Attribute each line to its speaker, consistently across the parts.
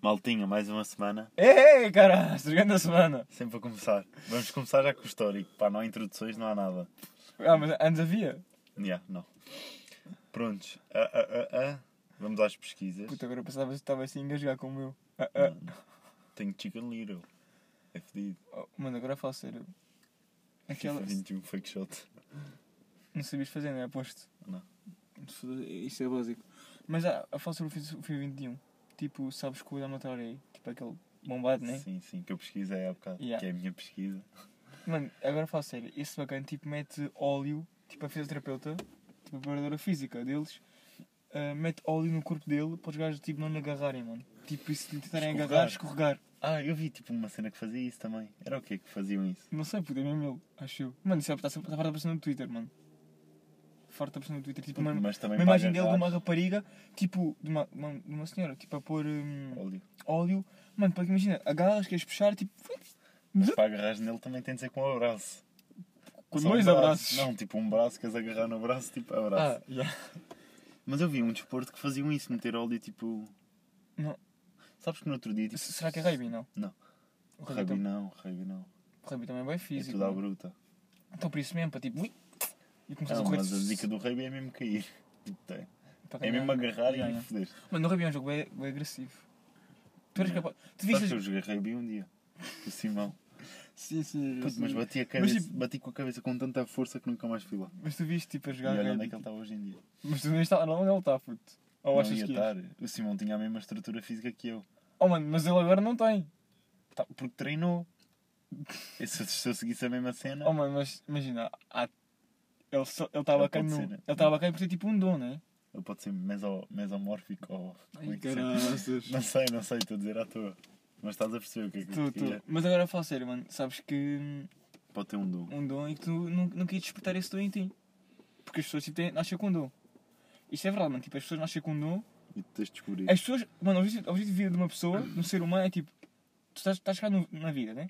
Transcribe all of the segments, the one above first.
Speaker 1: curtinho, mais uma semana.
Speaker 2: Ei, caralho, grande semana.
Speaker 1: Sempre a começar. Vamos começar já com o histórico. Pá, não há introduções, não há nada.
Speaker 2: Ah, mas antes havia.
Speaker 1: Yeah, não. Prontos. Ah, ah, ah, ah. Vamos às pesquisas.
Speaker 2: Puta, agora eu pensava que estava assim a engasgar como eu. Ah, ah.
Speaker 1: Não, não. Tenho Chicken Little. É fedido.
Speaker 2: Oh, mano, agora falo sério. Aquela.
Speaker 1: FIFA 21 fake shot.
Speaker 2: Não sabias fazer, não é? Aposto.
Speaker 1: Não.
Speaker 2: Isso é básico. Mas ah, a falar sobre o FIFA 21. Tipo, sabes que o Amateur é tipo aquele bombado, né?
Speaker 1: Sim, sim, que eu pesquisei há bocado.
Speaker 2: Yeah.
Speaker 1: Que é a minha pesquisa.
Speaker 2: Mano, agora falo sério. Esse bacana tipo mete óleo, tipo a fisioterapeuta, tipo a preparadora física deles, ah, mete óleo no corpo dele para os gajos tipo não lhe agarrarem, mano. Tipo, e se lhe tentarem
Speaker 1: Escorregar.
Speaker 2: agarrar, escorregar.
Speaker 1: Ah, eu vi tipo uma cena que fazia isso também. Era o quê que faziam isso?
Speaker 2: Não sei, puta, é mesmo ele, acho eu. Mano, isso é está farto de aparecer no Twitter, mano. Farto de aparecer no Twitter, tipo, mano.
Speaker 1: Mas também
Speaker 2: Uma imagem dele de
Speaker 1: pagas
Speaker 2: uma rapariga, tipo, de uma, uma- de uma senhora, tipo, a pôr hum,
Speaker 1: lá óleo.
Speaker 2: óleo. Mano, porque imagina, agarras, queres puxar, tipo,
Speaker 1: Mas para agarrar nele também tem de ser com um abraço.
Speaker 2: com
Speaker 1: Só um
Speaker 2: dois
Speaker 1: braço.
Speaker 2: abraços.
Speaker 1: Não, tipo um braço, queres agarrar no braço, tipo abraço.
Speaker 2: Ah, yeah.
Speaker 1: Mas eu vi um desporto que faziam isso, meter óleo tipo.
Speaker 2: Não.
Speaker 1: Sabes que no outro dia tipo.
Speaker 2: S- Será que é rugby, não?
Speaker 1: Não.
Speaker 2: O rugby,
Speaker 1: Rabi
Speaker 2: tam-
Speaker 1: não, rabi não.
Speaker 2: o rugby também é bem
Speaker 1: É
Speaker 2: físico.
Speaker 1: tudo à
Speaker 2: mano.
Speaker 1: bruta.
Speaker 2: então por isso mesmo, para tipo, ui, e começas
Speaker 1: Não,
Speaker 2: a correr.
Speaker 1: mas a dica do rabi é mesmo cair. Tipo, tem.
Speaker 2: para
Speaker 1: É
Speaker 2: ganhar.
Speaker 1: mesmo agarrar e
Speaker 2: Ganha.
Speaker 1: aí foder.
Speaker 2: Mano, o rugby é um jogo bem, bem agressivo. Tu eres
Speaker 1: Não.
Speaker 2: capaz. Tu
Speaker 1: Sabes
Speaker 2: viste.
Speaker 1: que eu joguei rabi um dia. Com o Simão.
Speaker 2: Sim, sim. eu
Speaker 1: Puto,
Speaker 2: sei.
Speaker 1: mas bati, a cabeça,
Speaker 2: tipo-
Speaker 1: bati com a cabeça com tanta força que nunca mais fui lá.
Speaker 2: Mas tu viste tipo a
Speaker 1: E
Speaker 2: jogar.
Speaker 1: olha onde
Speaker 2: rugby,
Speaker 1: é que ele está hoje em dia.
Speaker 2: Mas tu não está não, onde ele está, puto. Ou
Speaker 1: não
Speaker 2: achas
Speaker 1: ia
Speaker 2: que é?
Speaker 1: estar. O Simão tinha a mesma estrutura física que eu.
Speaker 2: Oh mano, mas ele agora não tem.
Speaker 1: Tá, porque treinou. E se, eu- se eu seguisse a mesma cena.
Speaker 2: Oh mano, mas imagina, há- ele só- ele está
Speaker 1: Ele
Speaker 2: bacana
Speaker 1: pode
Speaker 2: no-
Speaker 1: ser, né?
Speaker 2: Ele está bacana por ter tipo um dom, né?
Speaker 1: Ele pode ser meso, mesomórfico ou. como é que se chama?
Speaker 2: caraças.
Speaker 1: Não sei, não sei, estou a dizer à toa. Mas estás a perceber o que é que
Speaker 2: Tu,
Speaker 1: eu
Speaker 2: tu.
Speaker 1: queria.
Speaker 2: Mas agora fala sério, mano. Sabes que hum,
Speaker 1: Pode ter um dom.
Speaker 2: um dom e que tu não, não querias despertar esse dom em ti. Porque as pessoas tipo, têm, nascem com um dom. Isto é verdade, mano. Tipo, as pessoas nascem com um dom.
Speaker 1: E tu tens de descobrir.
Speaker 2: As pessoas. Mano, o objetivo, o objetivo de vida de uma pessoa, de um ser humano, é tipo. Tu estás, estás cá no- na vida, né?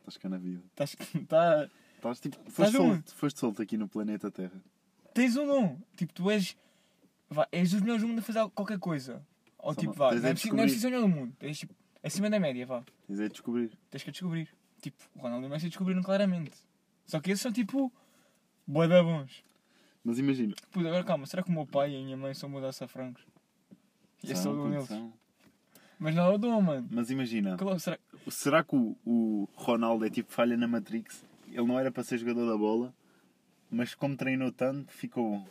Speaker 1: Estás cá na vida.
Speaker 2: Estás. Tá,
Speaker 1: Estás tipo.
Speaker 2: Estás
Speaker 1: Foste
Speaker 2: numa.
Speaker 1: solto, foste solto aqui no planeta Terra.
Speaker 2: tens um dom. Tipo, tu és. Vá, és dos melhores do mundo a fazer qualquer coisa. Ou
Speaker 1: Só
Speaker 2: tipo,
Speaker 1: não-
Speaker 2: vá,
Speaker 1: tens
Speaker 2: não é
Speaker 1: é
Speaker 2: preciso não é
Speaker 1: descobrir.
Speaker 2: preciso ser o melhor do mundo. Tens tipo. Acima da média, vá.
Speaker 1: Tens é de descobrir.
Speaker 2: Tens que a descobrir. Tipo, o Ronaldo e o Messi descobriram claramente. Só que esses são tipo. Boa da bons.
Speaker 1: Mas imagina.
Speaker 2: Puta, agora calma, será que o meu pai e a minha mãe são mudados a francos? E é só
Speaker 1: São,
Speaker 2: o dom
Speaker 1: puto,
Speaker 2: deles.
Speaker 1: são.
Speaker 2: Mas não é o dom, mano.
Speaker 1: Mas imagina.
Speaker 2: Claro, será...
Speaker 1: Será que o, o Ronaldo é tipo falha na Matrix? Ele não era para ser jogador da bola, mas como treinou tanto, ficou bom.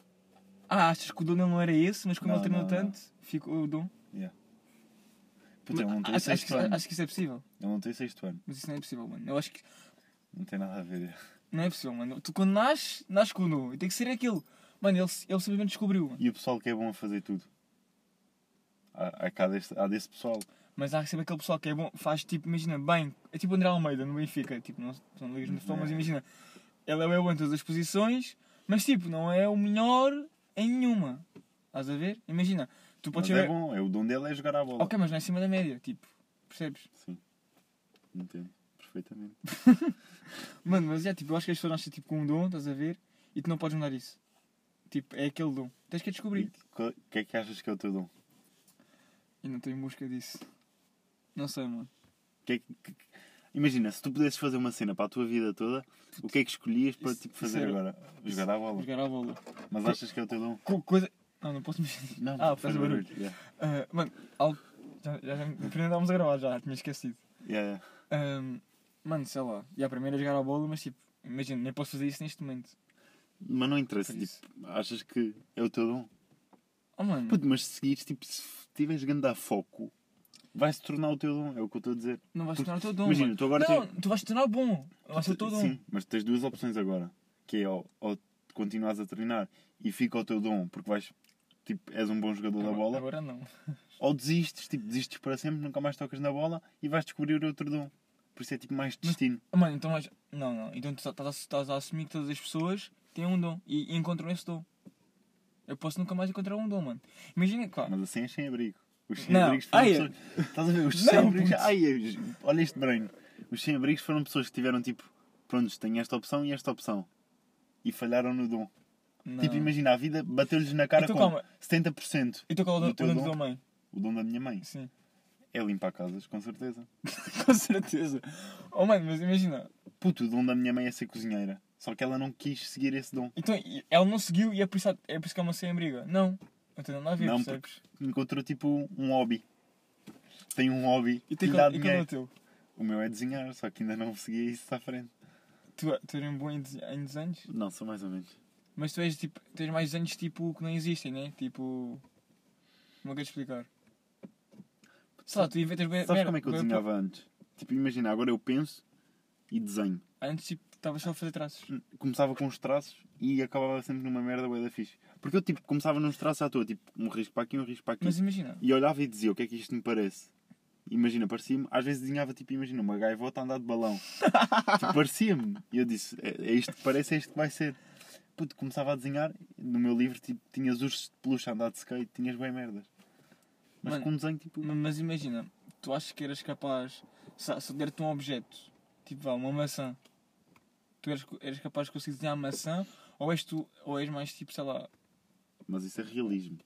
Speaker 2: Ah, achas que o dom dele não era esse, mas como
Speaker 1: Não,
Speaker 2: ele
Speaker 1: não,
Speaker 2: treinou tanto, ficou o dom?
Speaker 1: Yeah. Puta, ele não tem
Speaker 2: acho, acho,
Speaker 1: sexto
Speaker 2: que,
Speaker 1: ano.
Speaker 2: acho que isso é possível.
Speaker 1: Ele não tem sexto ano.
Speaker 2: Mas isso não é possível, mano. Eu acho que.
Speaker 1: Não tem nada a ver.
Speaker 2: Não é possível, mano. Tu quando nasces, nasces com o dom. E tem que ser aquilo. Mano, ele, ele simplesmente descobriu, mano.
Speaker 1: E o pessoal que é bom a fazer tudo? Há, há, cá deste- há desse pessoal.
Speaker 2: Mas há sempre aquele pessoal que é bom, faz tipo, imagina, bem. É tipo o André Almeida no Benfica. Tipo, não, não ligas no futebol, mas imagina. Ele é bem bom em todas as posições, mas tipo, não é o melhor em nenhuma. Estás a ver? Imagina. Tu
Speaker 1: Mas
Speaker 2: podes
Speaker 1: é
Speaker 2: ver.
Speaker 1: bom, é o dom dele é jogar à bola.
Speaker 2: Ok, mas não é acima da média, tipo, percebes?
Speaker 1: Sim. Entendo. Perfeitamente.
Speaker 2: Mano, mas é tipo, eu acho que as pessoas nascem tipo com um dom, estás a ver? E tu não podes mudar isso. Tipo, é aquele dom. Tens que a
Speaker 1: E
Speaker 2: descobrir.
Speaker 1: co- O que é que achas que é o teu dom?
Speaker 2: E não tenho busca disso. Não sei, mano.
Speaker 1: Que é que- que- Imagina, se tu pudesses fazer uma cena para a tua vida toda, o que é que escolhias para
Speaker 2: Isso-
Speaker 1: tipo,
Speaker 2: isso
Speaker 1: fazer
Speaker 2: era-
Speaker 1: agora? Jogar à bola.
Speaker 2: Jogar à bola.
Speaker 1: Mas achas que é o teu dom?
Speaker 2: Co coisa. Não, não posso mexer.
Speaker 1: Não,
Speaker 2: Ah, faz barulho.
Speaker 1: Yeah.
Speaker 2: Ah, mano, algo. Já, já, já me primeiro estávamos a gravar, já, tinha esquecido.
Speaker 1: Yeah, yeah.
Speaker 2: Ahm, mano, sei lá. E a primeira é jogar à bola, mas tipo, imagina, nem posso fazer isso neste momento.
Speaker 1: Mas não interessa,
Speaker 2: Por isso.
Speaker 1: tipo, achas que é o teu dom?
Speaker 2: Oh, mano.
Speaker 1: Puto, mas se seguires, tipo, se tiveres grande a foco, vai se tornar o teu dom, é o que eu estou a dizer.
Speaker 2: Não vais
Speaker 1: porque-
Speaker 2: tornar o teu dom.
Speaker 1: imagina,
Speaker 2: mano.
Speaker 1: tu agora
Speaker 2: Não, tu vais te tornar bom. Vais ser um. o teu dom.
Speaker 1: Sim, mas tens duas opções agora, que é ou, ou continuas a treinar e fica o teu dom, porque vais, tipo, és um bom jogador da
Speaker 2: Agora-
Speaker 1: bola,
Speaker 2: Agora não.
Speaker 1: ou desistes, tipo, desistes para sempre, nunca mais tocas na bola e vais descobrir outro dom. Por isso é, tipo, mais destino.
Speaker 2: Ah, Mano, então mas... Não, não. Então tu estás a, estás a assumir que todas as pessoas têm um dom e, e encontram esse dom. Eu posso nunca mais encontrar um dom, mano. Imagina, claro.
Speaker 1: Mas assim é sem abrigo. Os sem
Speaker 2: Não.
Speaker 1: abrigos foram
Speaker 2: Ai,
Speaker 1: pessoas. Estás a ver? Os
Speaker 2: Não,
Speaker 1: sem abrigos.
Speaker 2: putz.
Speaker 1: Ai, ai, olha este branco. Os sem abrigos foram pessoas que tiveram tipo, prontos, tenho esta opção e esta opção. E falharam no dom.
Speaker 2: Não.
Speaker 1: Tipo, imagina, a vida bateu-lhes na cara
Speaker 2: Então,
Speaker 1: com
Speaker 2: calma.
Speaker 1: 70%.
Speaker 2: Então qual é o
Speaker 1: do
Speaker 2: dom- o
Speaker 1: teu
Speaker 2: dom da
Speaker 1: dom?
Speaker 2: tua mãe?
Speaker 1: O dom da minha mãe.
Speaker 2: Sim.
Speaker 1: É limpar casas, com certeza.
Speaker 2: Com certeza. Oh mano, mas imagina.
Speaker 1: Puto, o dom da minha mãe é ser cozinheira. Só que ela não quis seguir esse dom.
Speaker 2: Então, e- ela não seguiu e é por isso, é por isso que é uma sem briga. Não. Não tem nada a ver,
Speaker 1: Não,
Speaker 2: percebes?
Speaker 1: Encontrou tipo um hobby. Tem um hobby que
Speaker 2: E tem
Speaker 1: lhe
Speaker 2: que
Speaker 1: dá
Speaker 2: e qual é
Speaker 1: dinheiro.
Speaker 2: o teu?
Speaker 1: O meu é desenhar, só que ainda não segui isso à frente.
Speaker 2: Tu, tu eres um bom em, dese- em desenhos,
Speaker 1: Não, sou mais ou menos.
Speaker 2: mas tu és tipo. Tens mais desenhos tipo que não existem, né? Tipo. Como é que eu te explicar? Sei lá, tu inventas bem.
Speaker 1: Sabes
Speaker 2: bem-
Speaker 1: como é que eu
Speaker 2: bem-
Speaker 1: desenhava antes? Tipo, imagina, agora eu penso e desenho.
Speaker 2: Antes tipo, estavas só a fazer traços.
Speaker 1: Hum, Começava com os traços e acabava sempre numa merda bué da fixe. Porque eu tipo, começava nos traços à toa, tipo, um risco para aqui, um risco para aqui.
Speaker 2: Mas imagina.
Speaker 1: E olhava e dizia, o que é que isto me parece? Imagina, parecia-me, às vezes desenhava tipo, imagina, uma gaivota a andar de balão. tipo, parecia-me. E eu disse, é, é isto que parece, é isto que vai ser. Puto, começava a desenhar, no meu livro, tipo, tinhas ursos de peluche a andar de skate, tinhas bem merdas. Mas
Speaker 2: Mano,
Speaker 1: com um desenho, tipo,
Speaker 2: Ma- Mas imagina, tu achas que eras capaz. Se, se eu der-te um objeto, tipo vá, uma maçã, tu eras, co- eras capaz de conseguir desenhar a maçã ou és tu, ou és mais tipo, sei lá,
Speaker 1: mas isso é realismo.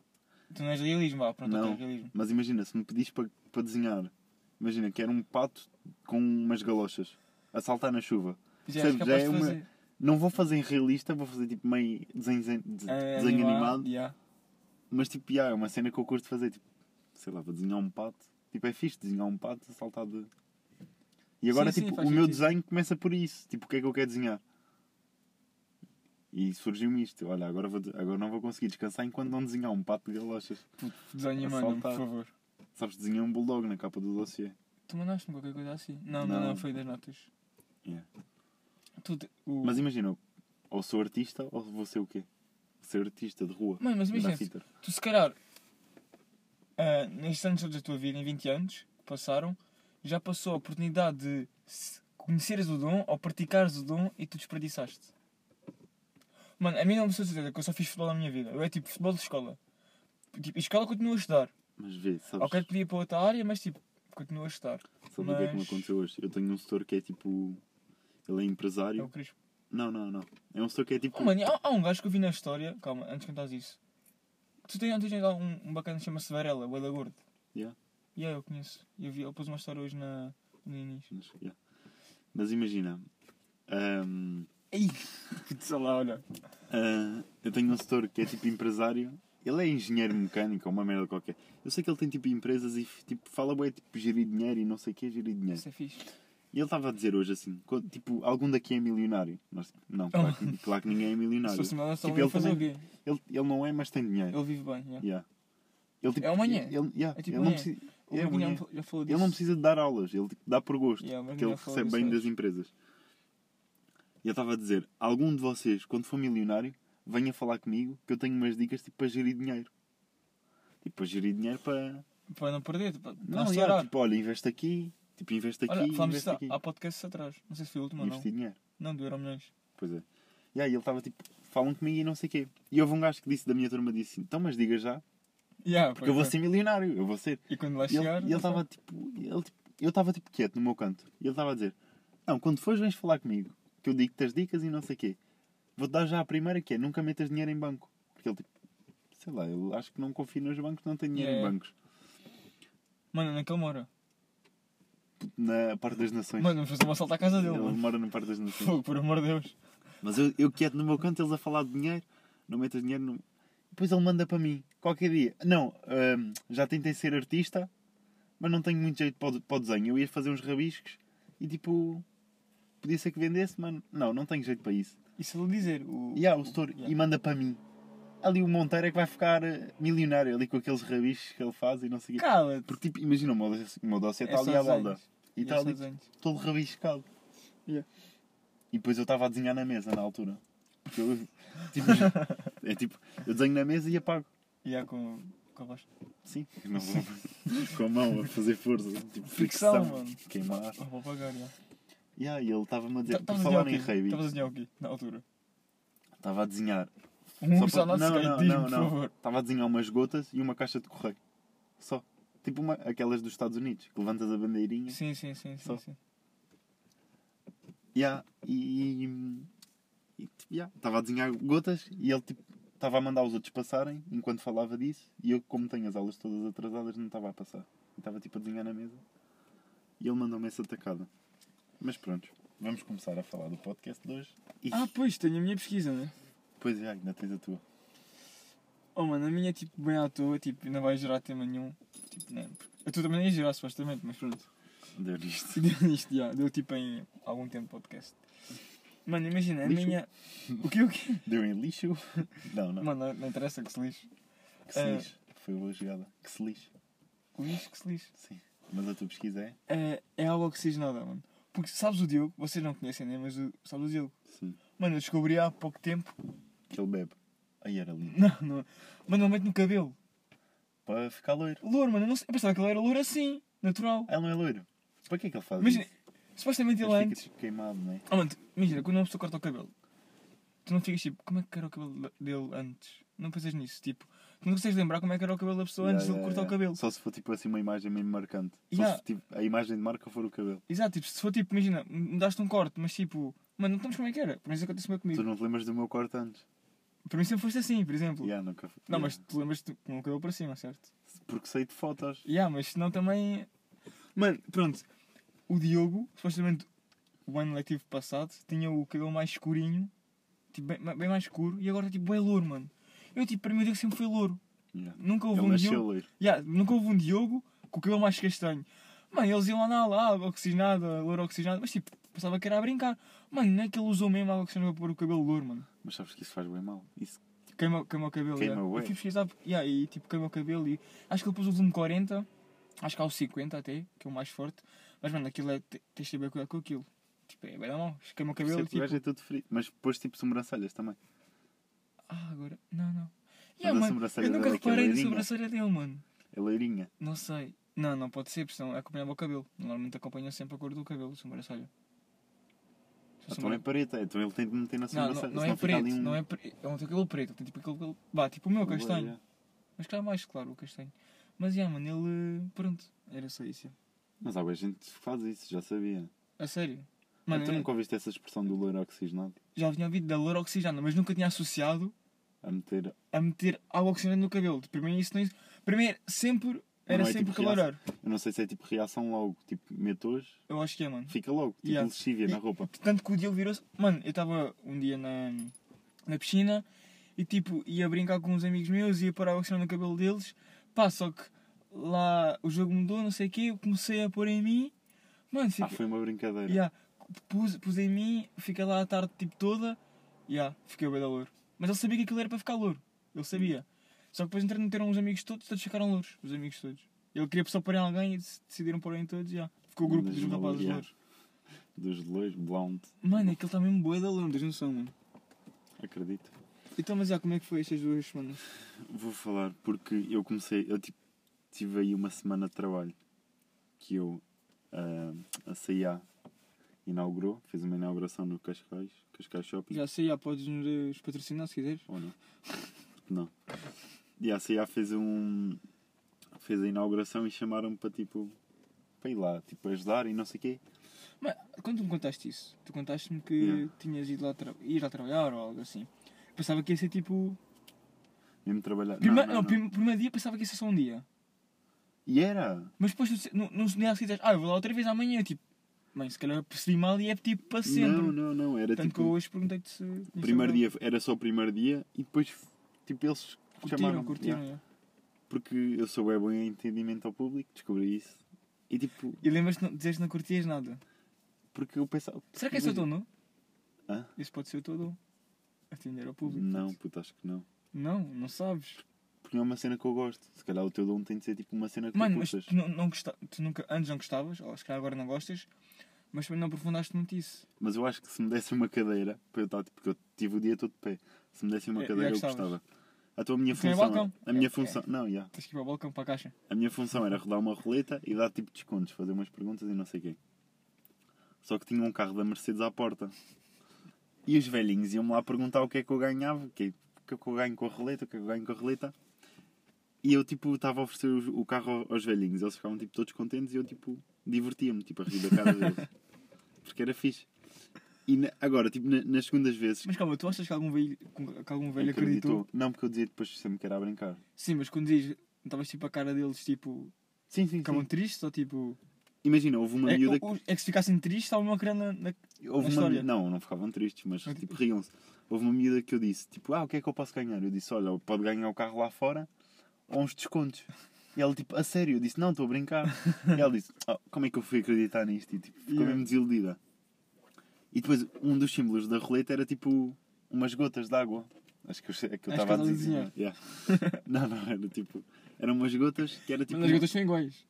Speaker 2: tu não és realismo, vá, pronto,
Speaker 1: Não.
Speaker 2: não. é realismo.
Speaker 1: Mas imagina, se me pedis para para desenhar, imagina, quero um pato com umas galochas a saltar na chuva.
Speaker 2: Já eras
Speaker 1: Percebes?
Speaker 2: capaz
Speaker 1: Já é
Speaker 2: de
Speaker 1: uma-
Speaker 2: fazer.
Speaker 1: Não vou fazer em realista, vou fazer tipo meio desenho, desenho-
Speaker 2: É,
Speaker 1: desenho animado.
Speaker 2: yeah.
Speaker 1: Mas tipo, yeah, é uma cena que eu curto fazer. Tipo, sei lá, vou desenhar um pato. Tipo, é fixe desenhar um pato saltado. E agora,
Speaker 2: Sim, sim,
Speaker 1: tipo, o
Speaker 2: faz
Speaker 1: meu
Speaker 2: sentido.
Speaker 1: desenho começa por isso. Tipo, o que é que eu quero desenhar? E surgiu-me isto. Olha, agora, vou, de- agora não vou conseguir descansar enquanto não desenhar um pato de galochas.
Speaker 2: Puto,
Speaker 1: É
Speaker 2: desenha mano, por
Speaker 1: Assaltar.
Speaker 2: favor.
Speaker 1: Sabes, desenhei um bulldog na capa do dossiê.
Speaker 2: Tu mandaste-me qualquer coisa assim? Não, não,
Speaker 1: Não.
Speaker 2: não, foi das notas.
Speaker 1: Yeah.
Speaker 2: Tu te- o...
Speaker 1: Mas imagina, eu ou sou artista ou vou ser o quê? Ser artista de rua.
Speaker 2: Mano, mas imagina,
Speaker 1: Grafiter.
Speaker 2: tu se calhar, ah, nestes anos todos da tua vida, em 20 anos que passaram, já passou a oportunidade de se- conheceres o dom ou praticares o dom e tu desperdiçaste. Mano, a mim não me sou certeza que eu só fiz futebol na minha vida. Eu é tipo futebol de escola. Tipo, e escola continuo a estudar.
Speaker 1: Mas vê, sabes,
Speaker 2: Ok, podia ir para outra área, mas tipo, continuo a estudar.
Speaker 1: sabes o que é que me
Speaker 2: mas-
Speaker 1: aconteceu hoje? Eu tenho um setor que é tipo. Ele é
Speaker 2: É
Speaker 1: empresário.
Speaker 2: o Crispo.
Speaker 1: Não, não, não. É um setor que é tipo.
Speaker 2: Oh, mano, há, há um gajo que eu vi na história. Calma, antes que contares isso. Tu tens, tens lá um, um bacana que chama-se Varela, o Ela Gordo.
Speaker 1: Yeah.
Speaker 2: E yeah, eu conheço. Eu, vi, eu pus uma história hoje na, no Inês.
Speaker 1: Mas, yeah. Mas imagina. ahm,
Speaker 2: Ei, que sei lá, olha.
Speaker 1: ah, eu tenho um setor que é tipo empresário. Ele é engenheiro mecânico, ou uma merda qualquer. Eu sei que ele tem tipo empresas e tipo, fala, ué, tipo, gerir dinheiro e não sei o que, gerir dinheiro.
Speaker 2: Isso é fixe.
Speaker 1: E ele estava a dizer hoje assim, quando, tipo, algum daqui é milionário. Nós, não, claro
Speaker 2: Oh.
Speaker 1: que, claro que ninguém é
Speaker 2: Se
Speaker 1: milionário.
Speaker 2: fosse melhor, só
Speaker 1: Tipo,
Speaker 2: ia
Speaker 1: ele
Speaker 2: fazer o
Speaker 1: também-
Speaker 2: quê?
Speaker 1: Ele, ele não é, mas tem dinheiro.
Speaker 2: assim. Ele vive bem, yeah.
Speaker 1: Yeah. Ele, tipo,
Speaker 2: É amanhã.
Speaker 1: Ele, yeah,
Speaker 2: É tipo
Speaker 1: ele não
Speaker 2: amanhã.
Speaker 1: precisa,
Speaker 2: O
Speaker 1: é
Speaker 2: Bruno
Speaker 1: amanhã.
Speaker 2: já- já falou disso.
Speaker 1: ele não precisa de dar aulas, ele tipo, dá por gosto.
Speaker 2: Yeah, mas
Speaker 1: que ele
Speaker 2: já falou
Speaker 1: recebe
Speaker 2: disso
Speaker 1: bem
Speaker 2: antes.
Speaker 1: das empresas. E ele estava a dizer: algum de vocês, quando for milionário, venha falar comigo que eu tenho umas dicas tipo, para gerir dinheiro. Tipo, para gerir dinheiro para.
Speaker 2: Para não perder, para para não,
Speaker 1: Não, yeah,
Speaker 2: estourar.
Speaker 1: tipo, olha, investe aqui, tipo, investe aqui,
Speaker 2: olha, falámos
Speaker 1: investe
Speaker 2: disso
Speaker 1: aqui.
Speaker 2: há- há podcasts atrás. Não sei se foi o último ou não.
Speaker 1: Investi dinheiro.
Speaker 2: Não, do Euro Milhões.
Speaker 1: Pois é. E aí ele estava tipo, falam comigo e não sei o quê. E houve um gajo que disse da minha turma: disse assim, então, mas diga já,
Speaker 2: Yeah,
Speaker 1: porque eu vou ser milionário, eu vou ser.
Speaker 2: E quando lá
Speaker 1: E ele-
Speaker 2: chegar...
Speaker 1: e ele estava tipo, ele, tipo- eu estava tipo quieto no meu canto. E ele estava a dizer: Não, quando fores, vens falar comigo, que eu digo-te as dicas e não sei o quê. Vou-te dar já a primeira que é: nunca metas dinheiro em banco. Porque ele, tipo, sei lá, ele acho que não confia nos bancos, não tem dinheiro
Speaker 2: Yeah.
Speaker 1: em bancos.
Speaker 2: Mano, onde é que ele mora?
Speaker 1: Na parte das nações.
Speaker 2: Mano, vamos fazer um assalto à casa dele.
Speaker 1: ele
Speaker 2: mano.
Speaker 1: mora na parte das nações.
Speaker 2: Fogo, por amor de Deus.
Speaker 1: Mas eu, eu quieto no meu canto, eles a falar de dinheiro, não metas dinheiro. Não... Depois ele manda para mim, qualquer dia. Não, hum, já tentei ser artista, mas não tenho muito jeito para o, para o desenho. Eu ia fazer uns rabiscos e tipo, podia ser que vendesse, mas não, não tenho jeito para isso.
Speaker 2: Isso ele dizer. O...
Speaker 1: E há o setor
Speaker 2: Yeah.
Speaker 1: e manda para mim. Ali o Monteiro é que vai ficar eh, milionário ali com aqueles rabiscos que ele faz e não sei o quê.
Speaker 2: Cala-te. É
Speaker 1: Porque tipo, imagina, o meu doce- o meu dossiê está ali à balda. E está ali todo rabiscado.
Speaker 2: Yeah.
Speaker 1: E depois eu estava a desenhar na mesa na altura. Porque eu, tipo, é tipo, eu desenho na mesa e apago.
Speaker 2: E há com... Com a voz.
Speaker 1: Sim, não vou com a mão a fazer força. Tipo,
Speaker 2: Fricção,
Speaker 1: fricção,
Speaker 2: mano.
Speaker 1: queimar.
Speaker 2: Ah, vou pagar, já.
Speaker 1: Yeah, e ele estava-me a dizer, por
Speaker 2: Estavas Tá-, a
Speaker 1: falar em rugby,
Speaker 2: desenhar o quê? Estavas a desenhar o quê? Na altura.
Speaker 1: estava a desenhar.
Speaker 2: Um
Speaker 1: para-
Speaker 2: só nosso skate, diz-me, por favor.
Speaker 1: Estava a desenhar umas gotas e uma caixa de correio. Só. Tipo uma, aquelas dos Estados Unidos, que levantas a bandeirinha.
Speaker 2: Sim, sim, sim, sim.
Speaker 1: Só.
Speaker 2: sim.
Speaker 1: Yeah, e e, tipo, yeah, estava a desenhar gotas e ele tipo, estava a mandar os outros passarem enquanto falava disso e eu, como tenho as aulas todas atrasadas, não estava a passar. Estava tipo a desenhar na mesa. E ele mandou-me essa tacada. Mas pronto, vamos começar a falar do podcast de hoje. E
Speaker 2: Ah, pois, tenho a minha pesquisa, né?
Speaker 1: depois já, ainda tens a tua.
Speaker 2: Oh, mano, a minha é tipo bem à toa, tipo, não vai gerar tema nenhum. Tipo, né? A tua também não ia gerar, supostamente, mas pronto.
Speaker 1: Deu isto.
Speaker 2: Deu isto, já. Deu tipo em algum tempo de podcast. Mano, imagina, a
Speaker 1: Lixo.
Speaker 2: minha. O que o quê?
Speaker 1: Deu em lixo. Não, não.
Speaker 2: Mano, não interessa que se lixe.
Speaker 1: que se
Speaker 2: eh,
Speaker 1: lixe. Foi boa jogada. Que se lixe.
Speaker 2: Que lixe, que se lixe.
Speaker 1: Sim. Mas a tua pesquisa é?
Speaker 2: É, é algo oxigenada, mano. Porque sabes o Diogo, vocês não conhecem, né? Mas o, sabes o Diogo.
Speaker 1: Sim.
Speaker 2: Mano, eu descobri há pouco tempo.
Speaker 1: Que ele bebe. Aí era lindo.
Speaker 2: Não, não. Mano, ele mete no cabelo.
Speaker 1: Para ficar loiro.
Speaker 2: Louro, mano, eu, não sei, eu pensava que ele era louro assim, natural.
Speaker 1: Ah, Ele não é loiro. Para que é que ele faz
Speaker 2: Imagina,
Speaker 1: isso?
Speaker 2: supostamente ele
Speaker 1: Ele fica
Speaker 2: antes.
Speaker 1: tipo queimado, não é?
Speaker 2: Oh, mano, tu- imagina, quando uma pessoa corta o cabelo, tu não ficas tipo, como é que era o cabelo dele antes? Não pensas nisso, tipo, tu não consegues lembrar como é que era o cabelo da pessoa antes de ele cortar o cabelo.
Speaker 1: Só se for tipo assim uma imagem mesmo marcante.
Speaker 2: Yeah.
Speaker 1: Só se tipo, a imagem de marca for o cabelo.
Speaker 2: Exato, tipo, se for tipo, imagina, mudaste um corte, mas tipo, mano, não estamos como é que era. Por isso acontece meio comigo.
Speaker 1: Tu não te lembras do meu corte antes?
Speaker 2: Para mim sempre foste assim, por exemplo.
Speaker 1: Yeah, nunca foi.
Speaker 2: Não,
Speaker 1: Yeah.
Speaker 2: mas tu lembras-te com o cabelo para cima, certo?
Speaker 1: Porque sei de fotos.
Speaker 2: Yeah, mas senão também. Mano, pronto. O Diogo, supostamente o ano letivo passado, tinha o cabelo mais escurinho, tipo, bem, bem mais escuro, e agora tipo, é louro, mano. Eu, tipo, para mim o Diogo sempre foi louro.
Speaker 1: Yeah.
Speaker 2: Nunca houve
Speaker 1: Ele
Speaker 2: um
Speaker 1: nasceu
Speaker 2: Diogo.
Speaker 1: loiro.
Speaker 2: Yeah, nunca houve um Diogo com o cabelo mais castanho. Mano, eles iam lá na lá, água oxigenada, louro oxigenado, mas tipo, pensava que era a brincar. Mano, não é que ele usou mesmo a água oxigenada para pôr o cabelo louro, mano.
Speaker 1: Mas sabes que isso faz bem mal. Isso
Speaker 2: Queima, queima o cabelo.
Speaker 1: Queima
Speaker 2: yeah.
Speaker 1: bué.
Speaker 2: Eu fui pesquisar yeah, e tipo, queima o cabelo e acho que ele pôs o volume 40, acho que há o 50 até, que é o mais forte. Mas mano, aquilo é. te- Tens de ter bem cuidado com aquilo. Tipo, é bem na mão. Queima o cabelo
Speaker 1: percebe
Speaker 2: e
Speaker 1: que o
Speaker 2: tipo.
Speaker 1: gajo é todo frio. Mas depois tipo sobrancelhas também.
Speaker 2: Ah, agora. Não, não.
Speaker 1: Mas
Speaker 2: Yeah,
Speaker 1: a
Speaker 2: mano,
Speaker 1: sobrancelha
Speaker 2: eu nunca
Speaker 1: dele é que é
Speaker 2: reparei na
Speaker 1: loirinha.
Speaker 2: sobrancelha dele, mano.
Speaker 1: É loirinha.
Speaker 2: Não sei. Não, não pode ser, porque senão acompanhava o cabelo. Normalmente acompanha sempre a cor do cabelo, sobrancelha. Se
Speaker 1: Ah,
Speaker 2: a
Speaker 1: Então é
Speaker 2: sobrancelha-
Speaker 1: preta. Então ele tem de meter na
Speaker 2: Não, não,
Speaker 1: sobrancelha.
Speaker 2: não é
Speaker 1: senão fica ali
Speaker 2: preto,
Speaker 1: um-
Speaker 2: não é preto. Ele não tem cabelo preto, ele tem tipo aquele cabelo. Bah, tipo o meu
Speaker 1: um loiro,
Speaker 2: castanho.
Speaker 1: yeah.
Speaker 2: Mas claro, mais claro o castanho. Mas yeah, mano, ele. eh, Pronto, era só isso. yeah.
Speaker 1: Mas há bué gente que faz isso, já sabia.
Speaker 2: A sério. Mano, é-
Speaker 1: Mano, tu
Speaker 2: eu
Speaker 1: nunca ouviste essa expressão do loiro oxigenado?
Speaker 2: já tinha ouvido da loura oxigenada, mas nunca tinha associado
Speaker 1: A meter.
Speaker 2: a meter água oxigenada no cabelo. Para mim, isso não. Para mim, sempre. Era
Speaker 1: Não é
Speaker 2: sempre
Speaker 1: tipo
Speaker 2: calorar.
Speaker 1: Eu não sei se é tipo reação logo. Tipo, meto hoje,
Speaker 2: Eu acho que é, mano.
Speaker 1: fica logo. Tipo,
Speaker 2: Yeah.
Speaker 1: lexívia na
Speaker 2: E-
Speaker 1: roupa.
Speaker 2: Tanto que o Diogo virou-se. Mano, eu estava um dia na, na piscina e tipo ia brincar com uns amigos meus, ia parar a oxigenar no cabelo deles. Pá, só que lá o jogo mudou, não sei o quê, eu comecei a pôr em mim. Mano,
Speaker 1: Ah,
Speaker 2: fica,
Speaker 1: foi uma brincadeira.
Speaker 2: tipo, yeah, pus, pus em mim, fiquei lá a tarde tipo toda. Yeah, fiquei bem da louro. Mas ele sabia que aquilo era para ficar louro. Ele sabia. Só que depois entretanto uns amigos todos, todos ficaram louros. Os amigos todos. Ele queria só pôr em alguém e dec- decidiram pôr em todos. Yeah. Ficou o grupo dos
Speaker 1: Dos
Speaker 2: rapazes
Speaker 1: oh, yeah.
Speaker 2: louros.
Speaker 1: Dos loiros, blonde,
Speaker 2: Mano, aquilo está mesmo bué da louro, não tens noção, mano.
Speaker 1: acredito.
Speaker 2: Então, mas já, como é que foi estas duas semanas?
Speaker 1: Vou falar porque eu comecei, eu tipo, tive aí uma semana de trabalho que eu, ah, a CIA inaugurou, fez uma inauguração no Cascais, Cascais Shopping.
Speaker 2: Já sei, já podes nos eh, patrocinar se quiseres.
Speaker 1: Ou não? Porque não. E a CIA fez um. fez a inauguração e chamaram-me para tipo. para ir lá, tipo, ajudar e não sei o quê.
Speaker 2: Mas quando tu me contaste isso, tu contaste-me que
Speaker 1: Yeah.
Speaker 2: tinhas ido lá, tra- ir lá trabalhar ou algo assim. Pensava que ia ser tipo.
Speaker 1: Mesmo trabalhar.
Speaker 2: Prima...
Speaker 1: Não, não,
Speaker 2: não,
Speaker 1: não.
Speaker 2: prim- primeiro dia pensava que ia ser só um dia.
Speaker 1: E era!
Speaker 2: Mas depois tu disse- no, no dia a seguir disseste, ah, eu vou lá outra vez amanhã. Eu, Tipo, mãe, se calhar percebi mal e é tipo para sempre.
Speaker 1: Não, não, não. Era
Speaker 2: Tanto que eu
Speaker 1: tipo.
Speaker 2: hoje perguntei-te se. tinhas
Speaker 1: O primeiro
Speaker 2: trabalhado.
Speaker 1: dia era só o primeiro dia e depois, tipo, eles
Speaker 2: Curtiram,
Speaker 1: chamaram.
Speaker 2: curtiram.
Speaker 1: yeah.
Speaker 2: yeah.
Speaker 1: Porque eu sou bem bom em entendimento ao público, descobri isso. E tipo,
Speaker 2: E lembras-te de não- dizeres que não curtias nada.
Speaker 1: porque eu pensava.
Speaker 2: Será que esse é o teu dono?
Speaker 1: Hã?
Speaker 2: Isso pode ser o teu dono. Atender ao público.
Speaker 1: Não,
Speaker 2: pode ser.
Speaker 1: puto, acho que não.
Speaker 2: Não, não sabes.
Speaker 1: Porque não é uma cena que eu gosto. Se calhar o teu dom tem de ser tipo uma cena que
Speaker 2: Mano,
Speaker 1: tu
Speaker 2: mas
Speaker 1: gostas.
Speaker 2: tu, não, não gosta, tu nunca, antes não gostavas, ou se calhar agora não gostas, mas também não aprofundaste muito isso.
Speaker 1: Mas eu acho que se me dessem uma cadeira, para eu estar, porque eu tive o dia todo de pé, se me dessem uma
Speaker 2: É, já
Speaker 1: cadeira eu
Speaker 2: gostavas.
Speaker 1: gostava. Então a minha
Speaker 2: Tem
Speaker 1: função.
Speaker 2: balcão?
Speaker 1: A minha
Speaker 2: É,
Speaker 1: função. Não, já.
Speaker 2: Tens que ir para o balcão, para a caixa.
Speaker 1: A minha função era rodar uma roleta e dar tipo descontos, fazer umas perguntas e não sei quem. Só que tinha um carro da Mercedes à porta. E os velhinhos iam-me lá perguntar o que é que eu ganhava, o que, é- o que é que eu ganho com a roleta, o que é que eu ganho com a roleta. E eu tipo estava a oferecer os- o carro aos velhinhos, eles ficavam tipo todos contentes e eu tipo divertia-me, tipo a rir da cara deles. Porque era fixe. E na- agora, tipo na- nas segundas vezes.
Speaker 2: Mas calma, tu achas que algum velho, que algum velho acreditou?
Speaker 1: Não, porque eu dizia depois sempre que era a brincar.
Speaker 2: Sim, mas quando dizes, estavas tipo a cara deles, tipo,
Speaker 1: Sim, sim,
Speaker 2: Ficavam
Speaker 1: sim.
Speaker 2: tristes ou tipo.
Speaker 1: Imagina, houve uma
Speaker 2: É,
Speaker 1: miúda
Speaker 2: o- o- é que se ficassem tristes, estavam uma criança. Na, tipo, na...
Speaker 1: Houve uma,
Speaker 2: na história.
Speaker 1: não, não ficavam tristes, mas tipo, riam-se. Houve uma miúda que eu disse, tipo, ah, o que é que eu posso ganhar? Eu disse, olha, pode ganhar o carro lá fora ou uns descontos. E ela, tipo, a sério? Eu disse, não, estou a brincar. E ela disse, "Oh, como é que eu fui acreditar nisto? E tipo, ficou
Speaker 2: Yeah.
Speaker 1: mesmo desiludida. E depois, um dos símbolos da roleta era tipo umas gotas de água. Acho que eu sei- é que eu
Speaker 2: Acho
Speaker 1: estava a
Speaker 2: que ela
Speaker 1: dizer. Yeah. não, não, era tipo, eram umas gotas que era tipo.
Speaker 2: Mas as gotas são iguais.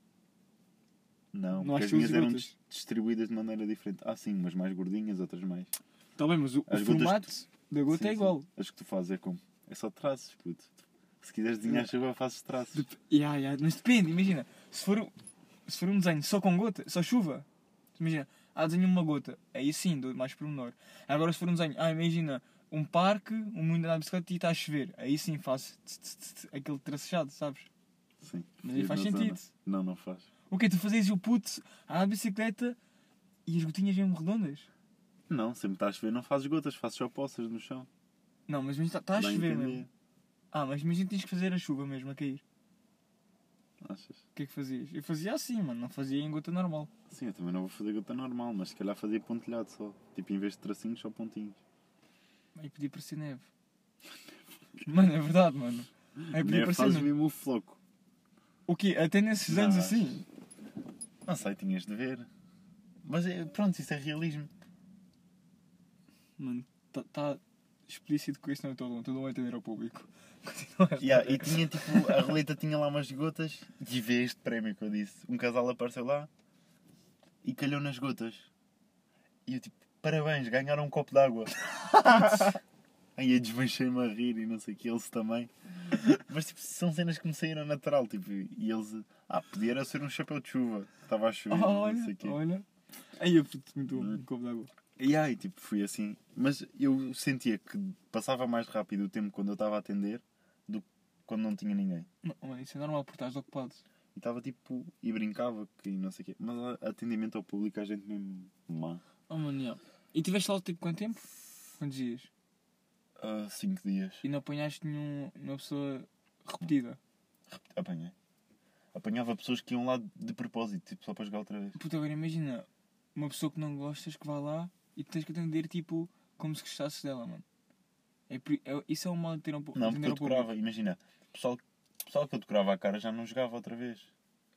Speaker 1: Não,
Speaker 2: não
Speaker 1: porque
Speaker 2: acho
Speaker 1: as
Speaker 2: que
Speaker 1: minhas
Speaker 2: use
Speaker 1: eram
Speaker 2: gotas.
Speaker 1: dis- distribuídas de maneira diferente. Ah, sim, umas mais gordinhas, outras mais.
Speaker 2: Está Tá bem, mas o, o
Speaker 1: As gotas-
Speaker 2: formato da gota
Speaker 1: Sim,
Speaker 2: é
Speaker 1: sim.
Speaker 2: igual.
Speaker 1: Acho que tu fazes é como? É só traços, puto. Se quiseres desenhar chuva, fazes traços.
Speaker 2: Dep- yeah, yeah, Mas depende, imagina. Se for, o- se for um desenho só com gota, só chuva, imagina, há desenho uma gota, aí sim, dou mais pormenor. Agora se for um desenho, ah, imagina, um parque, um mundo andar de bicicleta e está a chover, aí sim faço tss, tss, tss, aquele tracejado, sabes?
Speaker 1: Sim.
Speaker 2: Mas aí
Speaker 1: E
Speaker 2: faz
Speaker 1: na zona?
Speaker 2: sentido.
Speaker 1: Não, não faz.
Speaker 2: O que Tu fazes o puto a andar de bicicleta e as gotinhas mesmo redondas?
Speaker 1: Não, sempre estás a chover, não fazes gotas, fazes só poças no chão.
Speaker 2: Não, mas está tá a
Speaker 1: Dá
Speaker 2: chover
Speaker 1: entender.
Speaker 2: mesmo. Ah, mas imagina que tens que fazer a chuva mesmo a cair.
Speaker 1: Achas?
Speaker 2: O que é que fazias? Eu fazia assim, mano, não fazia em gota normal.
Speaker 1: Sim, eu também não vou fazer gota normal, mas se calhar fazer pontilhado só. Tipo, em vez de tracinhos, só pontinhos.
Speaker 2: Aí pedi para ser neve. Mano, é verdade, mano. Aí pedi
Speaker 1: Nem
Speaker 2: para ser
Speaker 1: fazes
Speaker 2: neve.
Speaker 1: mesmo o floco.
Speaker 2: O quê? Até nesses anos
Speaker 1: Não.
Speaker 2: assim?
Speaker 1: Não sei, tinhas de ver. Mas é- pronto, isso é realismo.
Speaker 2: Mano, está tá explícito que isso não é todo, todo a atender ao público. Continua a
Speaker 1: Yeah, e
Speaker 2: história.
Speaker 1: tinha tipo, a roleta tinha lá umas gotas e vê este prémio que eu disse. Um casal apareceu lá e calhou nas gotas. E eu tipo, parabéns, ganharam um copo d'água. Aí eu desmanchei-me a rir e não sei o que, eles também. Mas tipo, são cenas que me saíram natural, tipo, e eles. Ah, podia era ser um chapéu de chuva, estava a chover, não sei o
Speaker 2: Ah, Olha,
Speaker 1: quê.
Speaker 2: olha. Aí eu puto, muito bom, um copo d'água.
Speaker 1: E aí, tipo, fui assim. Mas eu sentia que passava mais rápido o tempo quando eu estava a atender do que quando não tinha ninguém.
Speaker 2: Não, Mano, isso é normal porque estás ocupado.
Speaker 1: E estava tipo. E brincava que não sei o quê. Mas a- atendimento ao público a gente mesmo má.
Speaker 2: Oh, mano, yeah. E tiveste lá tipo quanto tempo? Quantos dias?
Speaker 1: Ah, cinco dias.
Speaker 2: E não apanhaste nenhum, nenhuma pessoa repetida?
Speaker 1: Apanhei. Apanhava pessoas que iam lá de propósito, tipo, só para jogar outra vez.
Speaker 2: Puta, agora imagina uma pessoa que não gostas que vai lá e tens que atender tipo como se gostasses dela, mano. É, por- é- isso é um mal de ter um pouco.
Speaker 1: Não, porque eu decorava, imagina. Pessoal, pessoal que eu decorava a cara já não jogava outra vez.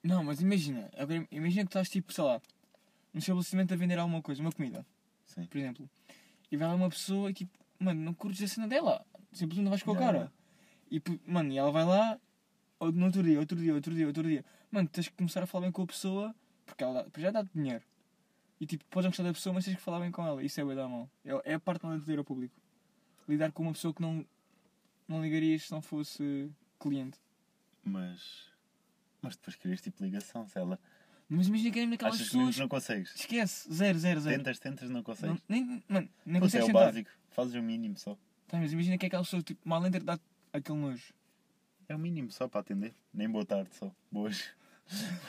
Speaker 2: Não, mas imagina, agora imagina que estás tipo, sei lá, num estabelecimento a vender alguma coisa, uma comida,
Speaker 1: Sim.
Speaker 2: por exemplo, e vai lá uma pessoa e tipo, mano, não curtes a cena dela, simplesmente não vais com a
Speaker 1: Ya,
Speaker 2: cara. E, pu- mano, e ela vai lá, ou- no outro dia, outro dia, outro dia, outro dia. Mano, tens que começar a falar bem com a pessoa, porque ela dá- já dá-te dinheiro. E tipo, podes não gostar da pessoa, mas tens que falar bem com ela. Isso é bem da mão. É, é a parte mal de ter ao público. Lidar com uma pessoa que não, não ligarias se não fosse cliente.
Speaker 1: Mas. Mas depois querias tipo ligação, sei lá.
Speaker 2: Mas imagina que é daquelas
Speaker 1: Achas que mesmo
Speaker 2: pessoas.
Speaker 1: não consegues?
Speaker 2: Esquece, zero, zero, zero.
Speaker 1: Tentas, tentas, não
Speaker 2: Não,
Speaker 1: consegues.
Speaker 2: nem, mano, nem
Speaker 1: Puta, é
Speaker 2: consegues
Speaker 1: o
Speaker 2: sentar.
Speaker 1: básico. Fazes o mínimo só.
Speaker 2: Tá, mas imagina que é aquela pessoa, tipo, mal entra, dá aquele nojo.
Speaker 1: É o mínimo só para atender. Nem boa tarde só. Boas.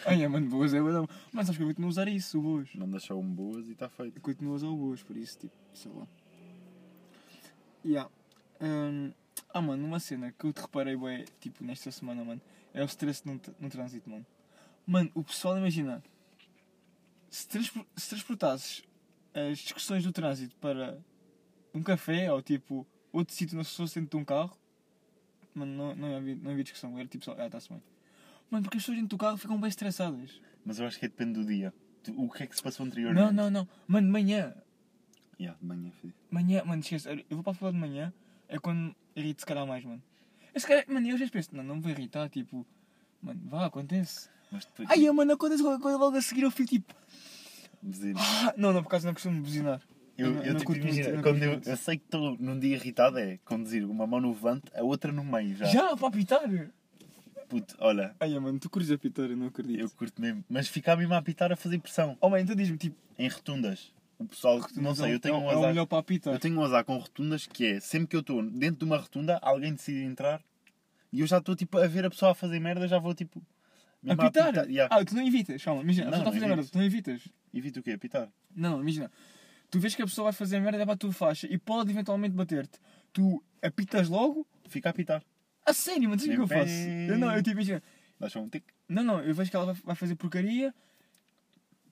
Speaker 2: Ai, é, mano, boas é verdade. Mas acho que eu continuo a usar isso, o boas.
Speaker 1: Mandas só um boas e está feito.
Speaker 2: Eu continuo a usar o boas, por isso, tipo, sei lá. Yeah. Hum, ah, mano, uma cena que eu te reparei, bué, tipo, nesta semana, mano, é o stress no, tr- no trânsito, mano. Mano, o pessoal, imagina, se, transpor- se transportasses as discussões do trânsito para um café ou, tipo, outro sítio, não se fosse dentro de um carro, mano, não, não, havia, não havia discussão, era tipo só, ah, está-se bem. Mano, porque as pessoas dentro do carro ficam bem estressadas.
Speaker 1: Mas eu acho que é depende do dia. Tu- O que é que se passou anteriormente?
Speaker 2: Não, não, não. Mano, de manhã,
Speaker 1: Yeah, de manhã, filho.
Speaker 2: Manhã, mano, esquece. Eu vou para a faculdade de manhã, é quando irrito se calhar mais, mano. Esse cara, mano, eu já penso, não, não me vou irritar, tipo, mano, vá, acontece.
Speaker 1: Mas depois.
Speaker 2: Ai, eu, mano, acontece qualquer coisa logo a seguir, eu fico tipo,
Speaker 1: Buzina.
Speaker 2: ah, não, não, por causa não costumo buzinar.
Speaker 1: Eu,
Speaker 2: não-
Speaker 1: eu,
Speaker 2: não
Speaker 1: tipo,
Speaker 2: curto muito,
Speaker 1: imagina,
Speaker 2: não
Speaker 1: quando
Speaker 2: curto
Speaker 1: eu,
Speaker 2: muito.
Speaker 1: eu sei que estou num dia irritado é conduzir uma mão no volante, a outra no meio já.
Speaker 2: Já, para apitar?
Speaker 1: Puto, olha,
Speaker 2: Ai, mano, tu curtes apitar, eu não acredito.
Speaker 1: eu curto mesmo. Mas ficar mesmo a apitar a fazer pressão.
Speaker 2: Oh, mano, então diz-me, tipo,
Speaker 1: Em rotundas. O pessoal, não sei, eu tenho
Speaker 2: é,
Speaker 1: um
Speaker 2: é o
Speaker 1: azar.
Speaker 2: melhor para apitar.
Speaker 1: Eu tenho um azar com rotundas que é, sempre que eu estou dentro de uma rotunda, alguém decide entrar e eu já estou tipo a ver a pessoa a fazer merda, já vou tipo. mesmo a
Speaker 2: Apitar?
Speaker 1: yeah.
Speaker 2: Ah, tu não evitas, calma, imagina, a
Speaker 1: Não,
Speaker 2: pessoa está
Speaker 1: não
Speaker 2: a fazer merda,
Speaker 1: evito.
Speaker 2: tu não evitas.
Speaker 1: Evita o quê? Apitar.
Speaker 2: Não, imagina. Tu vês que a pessoa vai fazer merda, é para a tua faixa e pode eventualmente bater-te. Tu apitas logo
Speaker 1: Fica a apitar.
Speaker 2: A sério, mano, sabes o que eu faço?
Speaker 1: Depende.
Speaker 2: Eu não, eu tipo, imagina,
Speaker 1: Dá só um tic.
Speaker 2: Não, não, eu vejo que ela vai- vai fazer porcaria.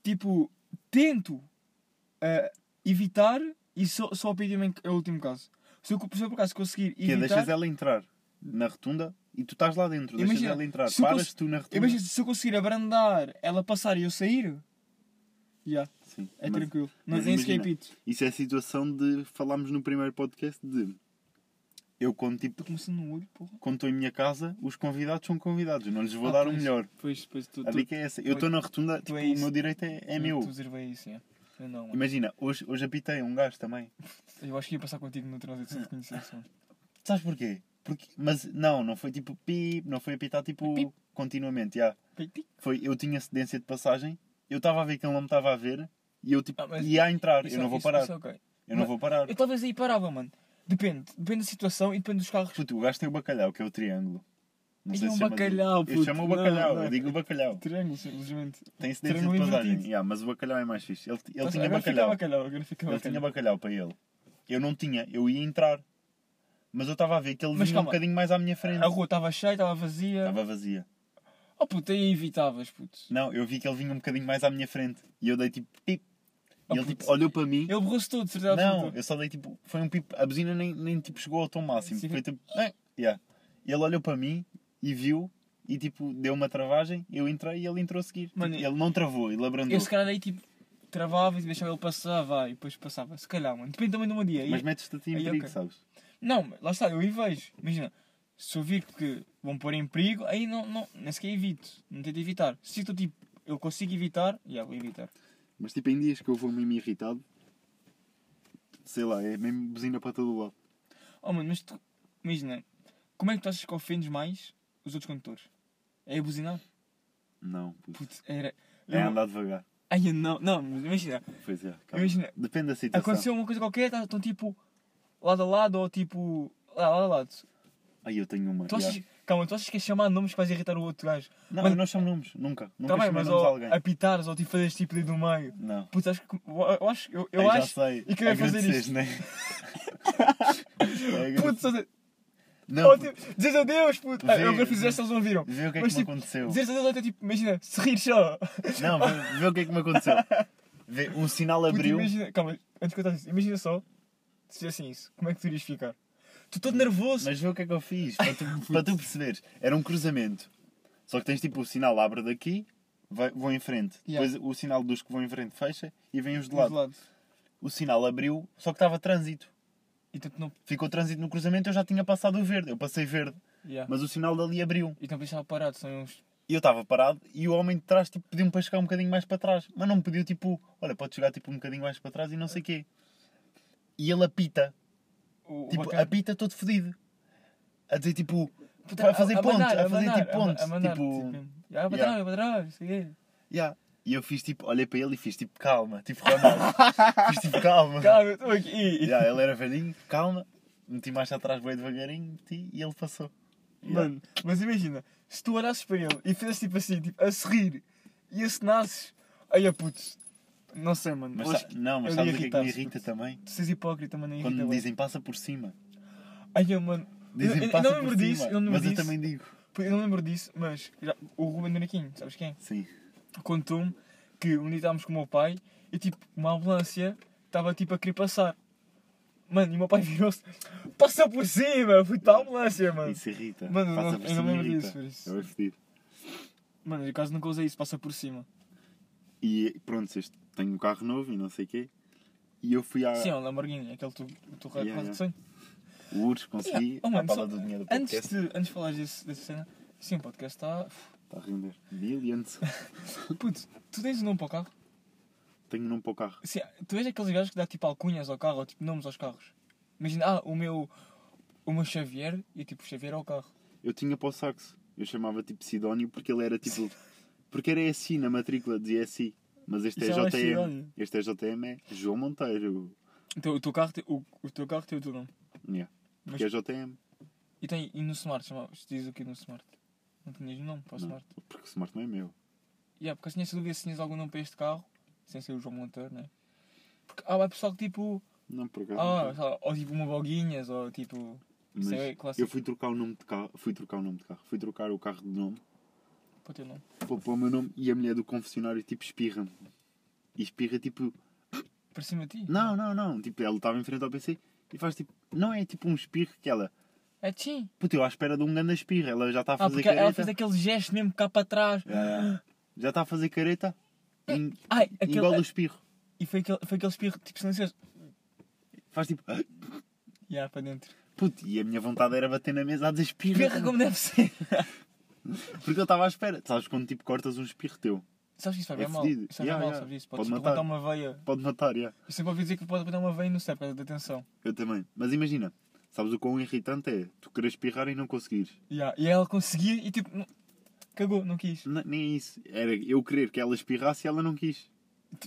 Speaker 2: Tipo, tento ah, evitar e só, só pedir é o último caso. Se eu, se eu por acaso conseguir
Speaker 1: Que é,
Speaker 2: evitar.
Speaker 1: deixas ela entrar na rotunda e tu estás lá dentro. Deixas
Speaker 2: Imagina,
Speaker 1: ela entrar.
Speaker 2: se eu
Speaker 1: Paras
Speaker 2: cons-
Speaker 1: tu na rotunda.
Speaker 2: Imagina, se eu conseguir abrandar, ela passar e eu sair. Já,
Speaker 1: Sim,
Speaker 2: é
Speaker 1: mas
Speaker 2: tranquilo. Não
Speaker 1: mas
Speaker 2: tem
Speaker 1: imagina.
Speaker 2: escape it.
Speaker 1: Isso é a situação de falámos no primeiro podcast de eu quando tipo
Speaker 2: Estou começando no olho, porra.
Speaker 1: quando estou em minha casa, os convidados são convidados, não lhes vou
Speaker 2: Ah,
Speaker 1: dar o
Speaker 2: pois,
Speaker 1: melhor.
Speaker 2: Pois, pois tu.
Speaker 1: A
Speaker 2: tu-
Speaker 1: dica é essa. Eu
Speaker 2: tu-
Speaker 1: estou na rotunda,
Speaker 2: tu
Speaker 1: tipo,
Speaker 2: é
Speaker 1: o
Speaker 2: isso.
Speaker 1: meu direito é, é
Speaker 2: tu-
Speaker 1: meu.
Speaker 2: Tu observei isso, é. Eu não, mano.
Speaker 1: Imagina, hoje, hoje apitei um gajo também.
Speaker 2: Eu acho que ia passar contigo no trânsito se te conhecesse. mano.
Speaker 1: Sabes porquê? Porque, mas não, não foi tipo pip, não foi apitar tipo
Speaker 2: Pip.
Speaker 1: continuamente. já. Foi, eu tinha cedência de passagem, eu estava a ver que ele não me estava a ver e eu tipo
Speaker 2: Ah, mas
Speaker 1: ia a entrar.
Speaker 2: Isso-
Speaker 1: eu não vou
Speaker 2: isso-
Speaker 1: parar,
Speaker 2: isso é ok.
Speaker 1: eu não
Speaker 2: mas-
Speaker 1: vou parar.
Speaker 2: Eu talvez aí parava, mano. Depende. Depende da situação e depende dos carros.
Speaker 1: Puto, o gajo tem o bacalhau, que é o triângulo. Não
Speaker 2: Ai,
Speaker 1: sei
Speaker 2: é um
Speaker 1: se chama
Speaker 2: bacalhau,
Speaker 1: Eu
Speaker 2: puto,
Speaker 1: chamo o
Speaker 2: não,
Speaker 1: bacalhau,
Speaker 2: não.
Speaker 1: eu digo o bacalhau.
Speaker 2: Um Triângulo, simplesmente.
Speaker 1: Tem cedência de
Speaker 2: Triângulo
Speaker 1: passagem.
Speaker 2: invertido.
Speaker 1: Yeah, mas o bacalhau é mais fixe. Ele, ele
Speaker 2: Mas
Speaker 1: tinha
Speaker 2: agora fica
Speaker 1: bacalhau.
Speaker 2: é bacalhau. Agora fica
Speaker 1: Ele tinha bacalhau
Speaker 2: bacalhau.
Speaker 1: para ele. Eu não tinha, eu ia entrar. Mas eu estava a ver que ele
Speaker 2: Mas
Speaker 1: vinha um
Speaker 2: calma.
Speaker 1: bocadinho mais à minha frente.
Speaker 2: A rua estava cheia, estava vazia.
Speaker 1: Estava vazia.
Speaker 2: Oh puto, aí evitavas, puto.
Speaker 1: Não, eu vi que ele vinha um bocadinho mais à minha frente. E eu dei tipo pip.
Speaker 2: Oh,
Speaker 1: E ele
Speaker 2: puto.
Speaker 1: tipo olhou para mim.
Speaker 2: Ele borrou-se todo, de certeza
Speaker 1: Não,
Speaker 2: absoluta.
Speaker 1: eu só dei tipo. Foi um pip. A buzina nem, nem tipo chegou ao tom máximo.
Speaker 2: Sim.
Speaker 1: Foi tipo. "Ah", yeah. Ele olhou para mim e viu. E tipo, deu uma travagem. Eu entrei e ele entrou a seguir. Tipo,
Speaker 2: Mano,
Speaker 1: ele não travou, ele abrandou.
Speaker 2: Eu se calhar aí tipo travava e deixava ele passar, vai, e depois passava. Se calhar, mano. Depende também do meu dia. Aí-
Speaker 1: Mas metes-te a ti em
Speaker 2: aí,
Speaker 1: perigo,
Speaker 2: ok.
Speaker 1: sabes?
Speaker 2: Não, mas lá está, eu aí vejo. Imagina, se eu vir que vão pôr em perigo, aí não, não, nem sequer evito. Não tento evitar. Se eu tipo, eu consigo evitar, já vou evitar.
Speaker 1: Mas tipo, em dias que eu vou mesmo irritado. Sei lá, é mesmo buzina para todo lado.
Speaker 2: Oh mano, mas tu, imagina, como é que tu achas que ofendes mais os outros condutores? É a buzinar?
Speaker 1: Não, puto.
Speaker 2: Putz, era.
Speaker 1: É
Speaker 2: eu-
Speaker 1: andar devagar.
Speaker 2: Ai, eu não, não, mas imagina,
Speaker 1: Pois é, calma.
Speaker 2: imagina,
Speaker 1: Depende da situação.
Speaker 2: aconteceu uma coisa qualquer, tá- estão tipo lado a lado ou tipo. lá- Lado a lado.
Speaker 1: Aí eu tenho uma.
Speaker 2: Tu
Speaker 1: yeah.
Speaker 2: achas, Calma, tu achas que é chamar nomes que vais irritar o outro gajo?
Speaker 1: Não,
Speaker 2: Mas-
Speaker 1: eu não chamo nomes, nunca. Nunca
Speaker 2: Tá bem,
Speaker 1: chamei
Speaker 2: mas
Speaker 1: nomes
Speaker 2: ou
Speaker 1: a alguém.
Speaker 2: apitares ou tipo fazeres tipo dedo no meio.
Speaker 1: Não.
Speaker 2: Putz, acho que. Eu acho. Eu, eu
Speaker 1: Ai,
Speaker 2: acho.
Speaker 1: já sei.
Speaker 2: e queria fazer
Speaker 1: Agradeces,
Speaker 2: isto.
Speaker 1: Né? É, agradeces.
Speaker 2: Putz, ou seja,
Speaker 1: não,
Speaker 2: ou, tipo, dizeres adeus, puto. Ah,
Speaker 1: Vê-
Speaker 2: eu agora fiz esta, eles não viram.
Speaker 1: vê o que é que
Speaker 2: mas,
Speaker 1: me
Speaker 2: tipo,
Speaker 1: aconteceu.
Speaker 2: Dizeres adeus, até tipo, imagina, se rir só.
Speaker 1: Não, vê, vê o que é que me aconteceu. Vê, um sinal
Speaker 2: Puto,
Speaker 1: abriu.
Speaker 2: imagina, calma, antes que eu isso, imagina só se fizessem isso, como é que tu irias ficar? Tu todo nervoso.
Speaker 1: Mas vê o que é que eu fiz, para tu, para tu perceberes. Era um cruzamento. Só que tens tipo o sinal abre daqui, vai, vão em frente.
Speaker 2: Yeah.
Speaker 1: Depois o sinal dos que vão em frente fecha e vem os de
Speaker 2: Do outro
Speaker 1: lado. O sinal abriu, só que estava trânsito.
Speaker 2: Então tu não.
Speaker 1: Ficou trânsito no cruzamento, eu já tinha passado o verde. Eu passei verde,
Speaker 2: Yeah.
Speaker 1: mas o sinal dali abriu.
Speaker 2: E tu não podes estar parado, são uns.
Speaker 1: E eu estava parado e o homem de trás tipo, pediu-me para chegar um bocadinho mais para trás. Mas não me pediu tipo, olha, pode chegar tipo um bocadinho mais para trás e não sei o quê. E ele apita,
Speaker 2: O,
Speaker 1: tipo,
Speaker 2: o bacana-
Speaker 1: apita todo fodido. A dizer tipo,
Speaker 2: Puta,
Speaker 1: a fazer
Speaker 2: Então, a- a
Speaker 1: ponto,
Speaker 2: mandar,
Speaker 1: a fazer
Speaker 2: mandar,
Speaker 1: tipo ponto.
Speaker 2: A, a mandar,
Speaker 1: tipo,
Speaker 2: tipo, "Ah, para trás,
Speaker 1: yeah.
Speaker 2: para trás, não sei o quê.
Speaker 1: yeah. E eu fiz tipo, olhei para ele e fiz tipo, calma, tipo Ronaldo. fiz tipo, calma.
Speaker 2: Calma, eu estou aqui.
Speaker 1: Yeah, ele era velhinho, calma. Meti mais atrás bem devagarinho, meti e ele passou. Yeah.
Speaker 2: Mano, mas imagina, se tu olhasses para ele e fizesse tipo assim, tipo, a sorrir e acenasses, aí a putz, não sei, mano.
Speaker 1: Mas,
Speaker 2: acho
Speaker 1: sa- não, mas
Speaker 2: eu
Speaker 1: sabes
Speaker 2: ia
Speaker 1: o que é que me
Speaker 2: irritar-se,
Speaker 1: irrita
Speaker 2: puto.
Speaker 1: também?
Speaker 2: que tu és hipócrita, mano, aí
Speaker 1: Quando
Speaker 2: irrita
Speaker 1: me
Speaker 2: bué.
Speaker 1: dizem passa por cima.
Speaker 2: Aí, mano, eu, eu,
Speaker 1: Dizem
Speaker 2: eu
Speaker 1: passa
Speaker 2: não
Speaker 1: por
Speaker 2: lembro disso,
Speaker 1: cima.
Speaker 2: eu não lembro
Speaker 1: Mas eu
Speaker 2: disso,
Speaker 1: também digo.
Speaker 2: eu não lembro disso, mas já- o Ruben Duraquinho, sabes quem?
Speaker 1: Sim.
Speaker 2: Contou-me que um dia estávamos com o meu pai e tipo, uma ambulância estava tipo a querer passar. Mano, e o meu pai virou-se, passa por cima, fui para a ambulância, mano.
Speaker 1: Isso irrita.
Speaker 2: Mano,
Speaker 1: Passa
Speaker 2: não-
Speaker 1: por
Speaker 2: eu não
Speaker 1: cima e
Speaker 2: lembro
Speaker 1: irrita. É
Speaker 2: disso, por isso.
Speaker 1: Eu vou pedir.
Speaker 2: Mano, eu quase nunca usei isso, passa por cima.
Speaker 1: E pronto, este, tenho um carro novo e não sei o quê. E eu fui à
Speaker 2: Sim, é um Lamborghini, aquele tu, tu
Speaker 1: Ah. Yeah,
Speaker 2: quase
Speaker 1: yeah.
Speaker 2: de sonho.
Speaker 1: URSS, consegui
Speaker 2: Oh,
Speaker 1: a
Speaker 2: mano,
Speaker 1: bala
Speaker 2: só-
Speaker 1: do dinheiro do
Speaker 2: Antes
Speaker 1: podcast.
Speaker 2: de, antes de falar desse, dessa cena, sim, o podcast tá-
Speaker 1: Está
Speaker 2: está.
Speaker 1: a render. Billions.
Speaker 2: Puto, tu tens um nome para o carro?
Speaker 1: tenho num para o carro.
Speaker 2: Sim, tu és aqueles gajos que dá tipo alcunhas ao carro ou tipo nomes aos carros. Imagina, ah, o meu. O meu Xavier e tipo Xavier ao carro.
Speaker 1: Eu tinha para o saxo. Eu chamava tipo Sidónio porque ele era tipo. Porque era SI na matrícula, dizia SI. Mas este
Speaker 2: Isso é mais
Speaker 1: é JM.
Speaker 2: Sidónio.
Speaker 1: Este é JM, é João Monteiro.
Speaker 2: Então o teu carro, tem- o, o teu carro tem o teu nome.
Speaker 1: Yeah. Porque é JM.
Speaker 2: E tem. E no Smart, chamava, diz o que no Smart? Não tinhas um nome para o
Speaker 1: Não.
Speaker 2: Smart.
Speaker 1: Porque o smart não é meu.
Speaker 2: E yeah, porque assim, se dúvida se tinhas algum nome para este carro, sem ser o João Monteiro, né? Porque há ah, pessoal que tipo.
Speaker 1: Não, por acaso. não
Speaker 2: Ah,
Speaker 1: tenho.
Speaker 2: sei lá, ou tipo uma Boguinhas, ou tipo.
Speaker 1: Mas
Speaker 2: Isso é clássico.
Speaker 1: eu fui trocar o nome de carro. Fui trocar o nome de carro. Fui trocar o carro de nome.
Speaker 2: para o teu nome.
Speaker 1: Vou pôr o meu nome e a mulher do confessionário tipo espirra-me. E espirra tipo.
Speaker 2: Para cima de ti.
Speaker 1: Não, não, não. Tipo, ela estava em frente ao PC e faz tipo. Não é tipo um espirro que ela.
Speaker 2: É sim.
Speaker 1: Puto, eu à espera de um grande espirro. Ela já está a
Speaker 2: Ah,
Speaker 1: fazer
Speaker 2: porque ela fez
Speaker 1: careta. É.
Speaker 2: aquele gesto mesmo cá para trás.
Speaker 1: Já- Já está a fazer careta. Em,
Speaker 2: Ai, É, aquele- é-
Speaker 1: Igual o espirro.
Speaker 2: E foi aquele, foi aquele espirro tipo silencioso.
Speaker 1: Faz tipo.
Speaker 2: E yeah, para dentro.
Speaker 1: Puto, e a minha vontade era bater na mesa a dizer
Speaker 2: Espirra
Speaker 1: espirro.
Speaker 2: como deve ser.
Speaker 1: Porque eu estava à espera. Sabes quando tipo cortas um espirro teu?
Speaker 2: sabes que isso vai
Speaker 1: É
Speaker 2: bem mal.
Speaker 1: fedido.
Speaker 2: Isso vai bem
Speaker 1: Yeah,
Speaker 2: mal,
Speaker 1: yeah.
Speaker 2: sabes isso?
Speaker 1: Pode
Speaker 2: Pode, pode
Speaker 1: matar.
Speaker 2: botar uma veia.
Speaker 1: Pode matar, já.
Speaker 2: Eu sempre ouvi dizer que pode botar uma veia no céu, por causa da tensão.
Speaker 1: Eu também. Mas imagina, sabes o quão irritante é tu querer espirrar e não conseguires.
Speaker 2: Yeah. E ela conseguia e tipo. não- Cagou, não quis.
Speaker 1: N- nem é isso. Era eu querer que ela espirrasse e ela não quis.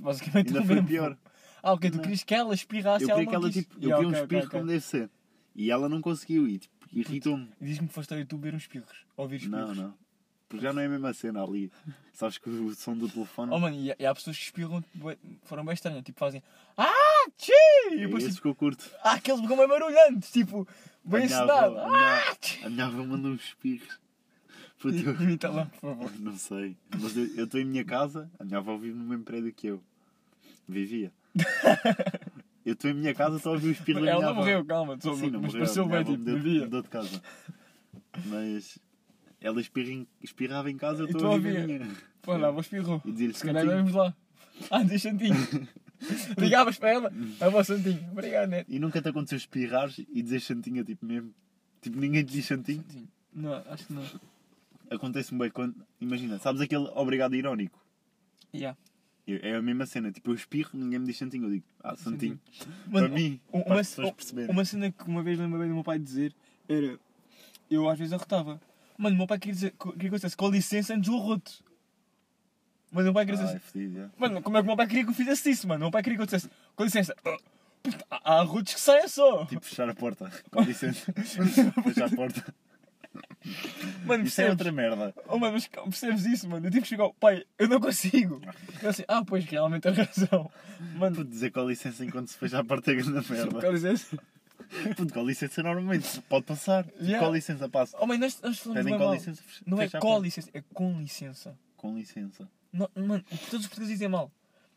Speaker 2: Basicamente
Speaker 1: Ainda
Speaker 2: o
Speaker 1: foi
Speaker 2: mesmo.
Speaker 1: pior.
Speaker 2: Ah, ok, tu
Speaker 1: Não.
Speaker 2: querias que ela espirrasse
Speaker 1: Eu
Speaker 2: Ah, ela
Speaker 1: queria
Speaker 2: não
Speaker 1: que ela
Speaker 2: quis.
Speaker 1: tipo. Eu
Speaker 2: Yeah,
Speaker 1: queria um
Speaker 2: ok, ok,
Speaker 1: espirro
Speaker 2: ok.
Speaker 1: como deve ser. E ela não conseguiu e tipo, irritou-me.
Speaker 2: Diz-me que foste ao YouTube ver uns espirros. Ouvir
Speaker 1: Não,
Speaker 2: espirros.
Speaker 1: não. Porque já não é a mesma cena ali. Sabes que o som do telefone.
Speaker 2: Oh mano, e, e há pessoas que espirram, bué- foram bem estranhas, tipo fazem Ah, tchê! E
Speaker 1: é
Speaker 2: depois
Speaker 1: esse
Speaker 2: tipo,
Speaker 1: que eu curto.
Speaker 2: ah, aqueles bocão bem barulhantes, tipo,
Speaker 1: A minha
Speaker 2: bem ensinado.
Speaker 1: avó- a minha-
Speaker 2: Ah, tchê!
Speaker 1: A minha avó mandou um espirro. Puto, eu-
Speaker 2: Imita lá, por favor.
Speaker 1: Não sei. Mas eu eu estou em minha casa, a minha avó vive no mesmo prédio que eu. Vivia. Eu estou em minha casa, estou a ouvir o espirro da minha
Speaker 2: Ela não
Speaker 1: avó.
Speaker 2: morreu, calma, só,
Speaker 1: Sim, não
Speaker 2: mas
Speaker 1: morreu.
Speaker 2: pareceu
Speaker 1: Minha
Speaker 2: bem,
Speaker 1: avó
Speaker 2: tipo,
Speaker 1: mudou-
Speaker 2: vivia.
Speaker 1: mudou de casa. Mas ela espirra em- espirrava em casa, eu
Speaker 2: E
Speaker 1: estou
Speaker 2: tu
Speaker 1: a ouvir a
Speaker 2: ouvia.
Speaker 1: minha.
Speaker 2: Foi lá, vou espirrou.
Speaker 1: E dizia-lhe
Speaker 2: Se calhar
Speaker 1: Santinho.
Speaker 2: vamos lá. Ah, diz Santinho. Ligavas para ela,
Speaker 1: Hum.
Speaker 2: a voz Santinho. Obrigado, né? Neto.
Speaker 1: E nunca te aconteceu espirrares e dizer chantinha, tipo mesmo. Tipo, ninguém te diz chantinho.
Speaker 2: Santinho. Não, acho que não.
Speaker 1: Acontece-me bem quando. Imagina, sabes aquele obrigado irónico?
Speaker 2: Yeah.
Speaker 1: Eu- É a mesma cena, tipo, eu espirro, ninguém me diz santinho, eu digo, ah, santinho. Para
Speaker 2: Mano,
Speaker 1: mim,
Speaker 2: um-
Speaker 1: para
Speaker 2: uma-
Speaker 1: as pessoas
Speaker 2: um-
Speaker 1: perceberem.
Speaker 2: Uma cena que uma vez lembro bem do meu pai dizer era. Eu às vezes arrotava. Mano, o meu pai queria dizer. Queria que eu dissesse com licença antes do arroto. Mas o meu pai queria dizer
Speaker 1: Ah, é
Speaker 2: assim.
Speaker 1: fedido, é.
Speaker 2: Mano, como é que o meu pai queria que eu fizesse isso, mano? O meu pai queria que eu dissesse com licença. Puta, Há há arrotos que saem só.
Speaker 1: Tipo, fechar a porta. Com licença. fechar a porta.
Speaker 2: mano,
Speaker 1: Isso é
Speaker 2: percebes?
Speaker 1: outra merda.
Speaker 2: Oh, mano, mas percebes isso, mano? Eu tive que chegar ao pai, eu não consigo. Eu assim, ah, pois realmente tens razão.
Speaker 1: Puto,
Speaker 2: Mano,
Speaker 1: Tipo, dizer com licença enquanto se fecha a porta é grande merda.
Speaker 2: com licença.
Speaker 1: Puto, com licença normalmente. Pode passar. Tipo,
Speaker 2: é Yeah.
Speaker 1: Com licença, passa.
Speaker 2: Oh, mano, nós, nós falamos
Speaker 1: Pedem
Speaker 2: bem
Speaker 1: com
Speaker 2: mal.
Speaker 1: licença. fecha-
Speaker 2: Não é
Speaker 1: fecha a
Speaker 2: com
Speaker 1: porta.
Speaker 2: licença, é com licença.
Speaker 1: Com licença.
Speaker 2: Não, mano, o que todos os portugueses dizem é mal.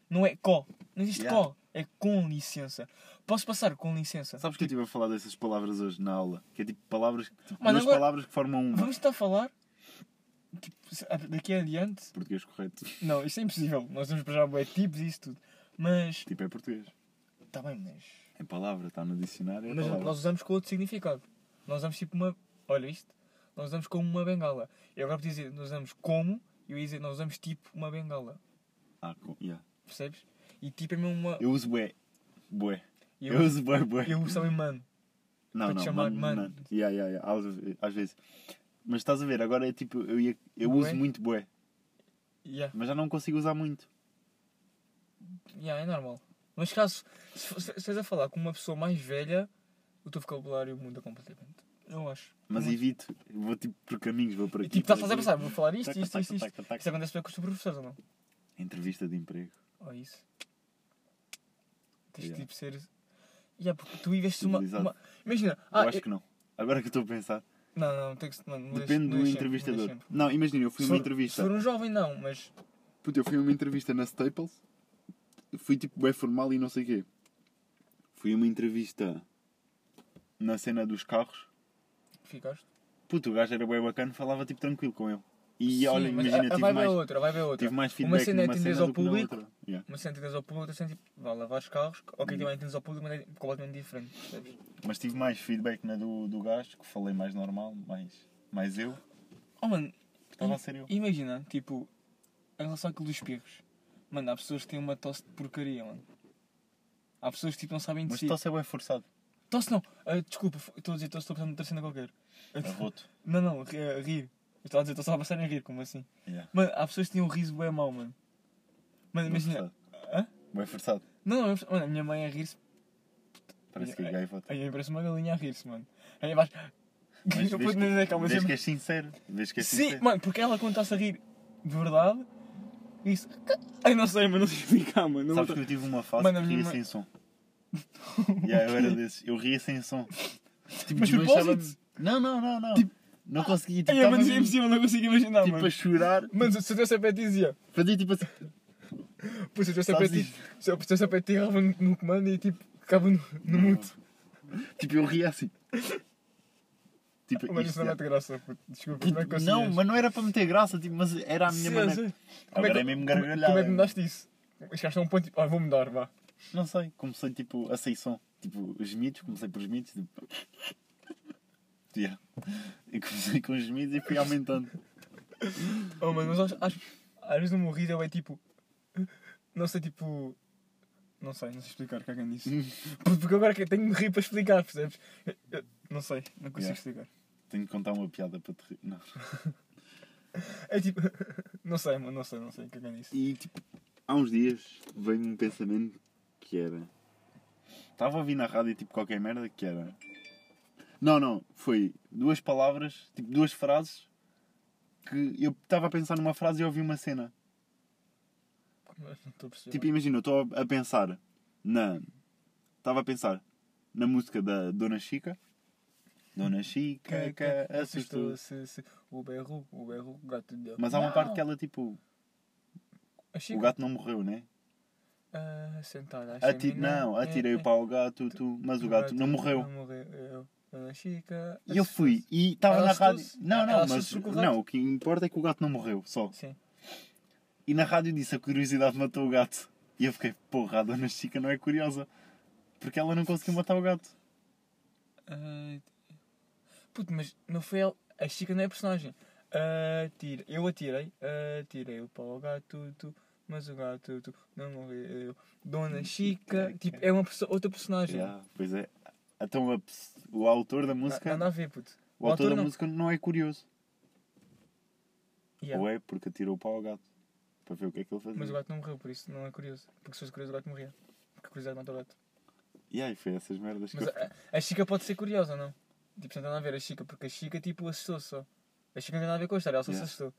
Speaker 2: Não é có. Não existe
Speaker 1: Yeah.
Speaker 2: có. É com licença. Posso passar com licença?
Speaker 1: Sabes que eu estive a falar dessas palavras hoje na aula? Que é tipo palavras. Tipo,
Speaker 2: Mano,
Speaker 1: duas
Speaker 2: agora-
Speaker 1: palavras que formam uma.
Speaker 2: Vamos estar a falar? Tipo, se- daqui adiante?
Speaker 1: Português correto.
Speaker 2: Não, isto é impossível. Nós vamos para já bué tipos e isso tudo. Mas,
Speaker 1: Tipo, é português.
Speaker 2: tá bem, mas...
Speaker 1: É palavra, está no dicionário. É
Speaker 2: Mas
Speaker 1: palavra.
Speaker 2: nós usamos com outro significado. Nós usamos tipo uma. Olha isto. Nós usamos como uma bengala. Eu agora podia dizer, nós usamos como, e eu ia dizer, nós usamos tipo uma bengala.
Speaker 1: Ah, com... yeah.
Speaker 2: Percebes? E tipo é mesmo uma.
Speaker 1: Eu uso bué. Bué.
Speaker 2: e
Speaker 1: Eu,
Speaker 2: Eu,
Speaker 1: uso bué, bué.
Speaker 2: eu uso também mano.
Speaker 1: Não,
Speaker 2: Para te
Speaker 1: não,
Speaker 2: chamar
Speaker 1: mano,
Speaker 2: mano.
Speaker 1: mano. Yeah, yeah, yeah. Às, às vezes. Mas estás a ver, agora é tipo, eu, ia- eu
Speaker 2: Bué?
Speaker 1: uso muito bué,
Speaker 2: Yeah,
Speaker 1: mas já não consigo usar muito.
Speaker 2: yeah, é normal. Mas caso. Se fo- se estejas a falar com uma pessoa mais velha, o teu vocabulário muda completamente. Eu acho.
Speaker 1: Mas
Speaker 2: Muito.
Speaker 1: evito, Eu vou tipo por caminhos, vou por
Speaker 2: é E
Speaker 1: aqui.
Speaker 2: tipo,
Speaker 1: por
Speaker 2: estás a
Speaker 1: aqui. Tá,
Speaker 2: pensar, vou falar isto,
Speaker 1: Taca,
Speaker 2: isto,
Speaker 1: taca,
Speaker 2: isto, isto.
Speaker 1: taca, taca.
Speaker 2: Isso é acontece bem com os teus professores ou não?
Speaker 1: Entrevista de emprego.
Speaker 2: Ou isso. Tens de
Speaker 1: Yeah.
Speaker 2: tipo ser. Yeah, porque tu investes uma,
Speaker 1: Civilizado.
Speaker 2: uma. Imagina. Ah,
Speaker 1: eu acho
Speaker 2: eu-
Speaker 1: que não. Agora que estou a pensar,
Speaker 2: Não, não, tem que. Não, não deixe-
Speaker 1: depende
Speaker 2: não
Speaker 1: do
Speaker 2: deixe sempre,
Speaker 1: entrevistador.
Speaker 2: não deixe sempre.
Speaker 1: Não, imagina, eu fui a
Speaker 2: Se
Speaker 1: uma
Speaker 2: for-
Speaker 1: entrevista.
Speaker 2: Se for um jovem, não, mas.
Speaker 1: Puta, eu fui a uma entrevista na Staples. Fui tipo bem formal e não sei o quê. Fui a uma entrevista na cena dos carros.
Speaker 2: Ficaste.
Speaker 1: Puta, o gajo era bem bacana, falava tipo tranquilo com ele. E
Speaker 2: Sim,
Speaker 1: olha,
Speaker 2: mas
Speaker 1: imagina,
Speaker 2: a, a
Speaker 1: tive
Speaker 2: vibe
Speaker 1: mais.
Speaker 2: é outra, a vibe é outra.
Speaker 1: Tive mais
Speaker 2: uma
Speaker 1: feedback
Speaker 2: cena é
Speaker 1: numa
Speaker 2: atenderes
Speaker 1: cena
Speaker 2: ao
Speaker 1: do que na
Speaker 2: público.
Speaker 1: outra. Yeah.
Speaker 2: Uma cena tendes ao público, outra cena tipo. Vá lavar os carros.
Speaker 1: Hum.
Speaker 2: Ok, também tendes ao público, mas é completamente diferente, percebes?
Speaker 1: Mas tive mais feedback na do, do gajo, que falei mais normal, mais, mais eu.
Speaker 2: Oh, mano,
Speaker 1: Estava a ser eu.
Speaker 2: imagina, tipo. Em relação àquilo dos espirros. Mano, há pessoas que têm uma tosse de porcaria, mano. Há pessoas que tipo não sabem
Speaker 1: Mas
Speaker 2: decidir.
Speaker 1: tosse é bem forçado.
Speaker 2: Tosse não. Ah, desculpa, f- estou a dizer tosse, estou a pensar noutra cena qualquer. Ah,
Speaker 1: Arroto.
Speaker 2: Não, não, ri- ah, rir. Eu estava a dizer, estou só a pensar em rir, como assim?
Speaker 1: Yeah.
Speaker 2: Mano, há pessoas que tinham um riso bem mau, mano. Mano,
Speaker 1: Bem
Speaker 2: imagina.
Speaker 1: forçado.
Speaker 2: Hã?
Speaker 1: Bem forçado.
Speaker 2: Não, não, eu- mano, a minha mãe a rir-se.
Speaker 1: Parece que é
Speaker 2: Ai,
Speaker 1: gaivota.
Speaker 2: Aí parece uma galinha a rir-se, mano. Aí vais.
Speaker 1: Mas
Speaker 2: Eu
Speaker 1: vês
Speaker 2: puto, não, não, calma,
Speaker 1: Vês
Speaker 2: sempre-
Speaker 1: que és sincero. Vês que és
Speaker 2: é Sim,
Speaker 1: sincero.
Speaker 2: mano, porque ela quando está-se a rir de verdade, isso. Ai, não sei, mas não sei explicar, mano. Não
Speaker 1: Sabes
Speaker 2: tô-
Speaker 1: que eu tive uma fase
Speaker 2: Mano, a
Speaker 1: que
Speaker 2: minha
Speaker 1: ria
Speaker 2: mãe-
Speaker 1: sem som. yeah, eu era desses. Eu ria sem som. Tipo,
Speaker 2: Mas Tipo
Speaker 1: desmanchava-me.
Speaker 2: propósito?
Speaker 1: Não, não, não, não. Não conseguia, tipo,
Speaker 2: É,
Speaker 1: estava
Speaker 2: mas isso é
Speaker 1: mesmo,
Speaker 2: impossível, não consigo imaginar,
Speaker 1: tipo
Speaker 2: mano.
Speaker 1: a chorar.
Speaker 2: Mano, se o teu sapete dizia.
Speaker 1: Fazia tipo assim.
Speaker 2: Pô, se o teu
Speaker 1: Sabes
Speaker 2: sapete. Se o teu sapete tirava no, no comando e tipo, ficava no, no mute.
Speaker 1: Tipo, eu ria assim. Tipo,
Speaker 2: Mano, isso
Speaker 1: isto
Speaker 2: não
Speaker 1: é-
Speaker 2: mete graça, puto. Desculpa, como é que
Speaker 1: Puto,
Speaker 2: conseguias?
Speaker 1: não, mas não era para meter graça, tipo, mas era a minha
Speaker 2: Sim,
Speaker 1: maneira.
Speaker 2: sim. Como
Speaker 1: Agora
Speaker 2: é
Speaker 1: é,
Speaker 2: que-
Speaker 1: mesmo
Speaker 2: Como,
Speaker 1: gargalhada.
Speaker 2: como é que mudaste isso? Chegaste a um ponto tipo, ah, vou mudar, vá.
Speaker 1: Não sei, comecei tipo a sair som. Tipo, gemidos, comecei por gemidos. Tipo... Yeah. E comecei com gemidos e fui aumentando.
Speaker 2: Oh, mano, mas acho, acho- às vezes o meu riso é tipo. Não sei, tipo. Não sei, não sei explicar, é caga nisso. Puto, Porque agora que eu tenho de rir para explicar, percebes? Eu- eu- Não sei, não consigo
Speaker 1: Yeah.
Speaker 2: explicar.
Speaker 1: Tenho que contar uma piada para te rir. Não.
Speaker 2: É tipo. Não sei, mano, não sei, não sei, é caga nisso.
Speaker 1: E tipo, há uns dias veio-me um pensamento que era. Estava a ouvir na rádio tipo qualquer merda que era. Não, não, foi duas palavras, tipo duas frases que eu estava a pensar numa frase e ouvi uma cena.
Speaker 2: Mas Não estou a perceber.
Speaker 1: Tipo, imagina, eu estou a a pensar na. Estava a pensar na música da Dona Chica. Dona Chica que assustou.
Speaker 2: assustou-se. se- O berro, o berro, o gato deu.
Speaker 1: Mas há uma parte que ela tipo. O gato não morreu, né?
Speaker 2: Ah, sentada. à
Speaker 1: Ati...
Speaker 2: chaminé.
Speaker 1: Não, atirei
Speaker 2: É, é.
Speaker 1: o pau ao gato, tu, mas o gato não morreu.
Speaker 2: Não morreu. Eu, Dona Chica.
Speaker 1: E eu fui e estava
Speaker 2: Ela
Speaker 1: na rádio.
Speaker 2: assustou-se?
Speaker 1: Não,
Speaker 2: Ela
Speaker 1: não, mas
Speaker 2: assustou-se com o gato?
Speaker 1: não, o que importa é que o gato não morreu, só.
Speaker 2: Sim.
Speaker 1: E na rádio disse a curiosidade matou o gato. E eu fiquei, porra, a dona Chica não é curiosa. Porque ela não conseguiu matar o gato.
Speaker 2: Ah, Puto, mas não foi ela. A Chica não é personagem. Atira. Eu atirei. Atirei o pau ao gato, tu, mas o gato tu, não morreu. Dona Chica.
Speaker 1: Chica.
Speaker 2: Tipo, é uma perso- outra personagem.
Speaker 1: Já, pois é. Então a pes- o autor da
Speaker 2: Música.
Speaker 1: música.
Speaker 2: Nada a ver, puto.
Speaker 1: O autor da
Speaker 2: não.
Speaker 1: música não é curioso.
Speaker 2: Yeah.
Speaker 1: Ou é porque atirou o pau ao gato. Para ver o que é que ele fazia.
Speaker 2: Mas o gato não morreu, por isso não é curioso. Porque se fosse curioso, o gato morria. Porque curiosidade mata o gato.
Speaker 1: E aí foi essas merdas que
Speaker 2: Mas
Speaker 1: eu...
Speaker 2: a, a Chica pode ser curiosa, não? Tipo, não tem nada a ver a Chica, porque a Chica, tipo, assustou só. A Chica não tem nada a ver com a história, ela só
Speaker 1: Yeah.
Speaker 2: se assustou.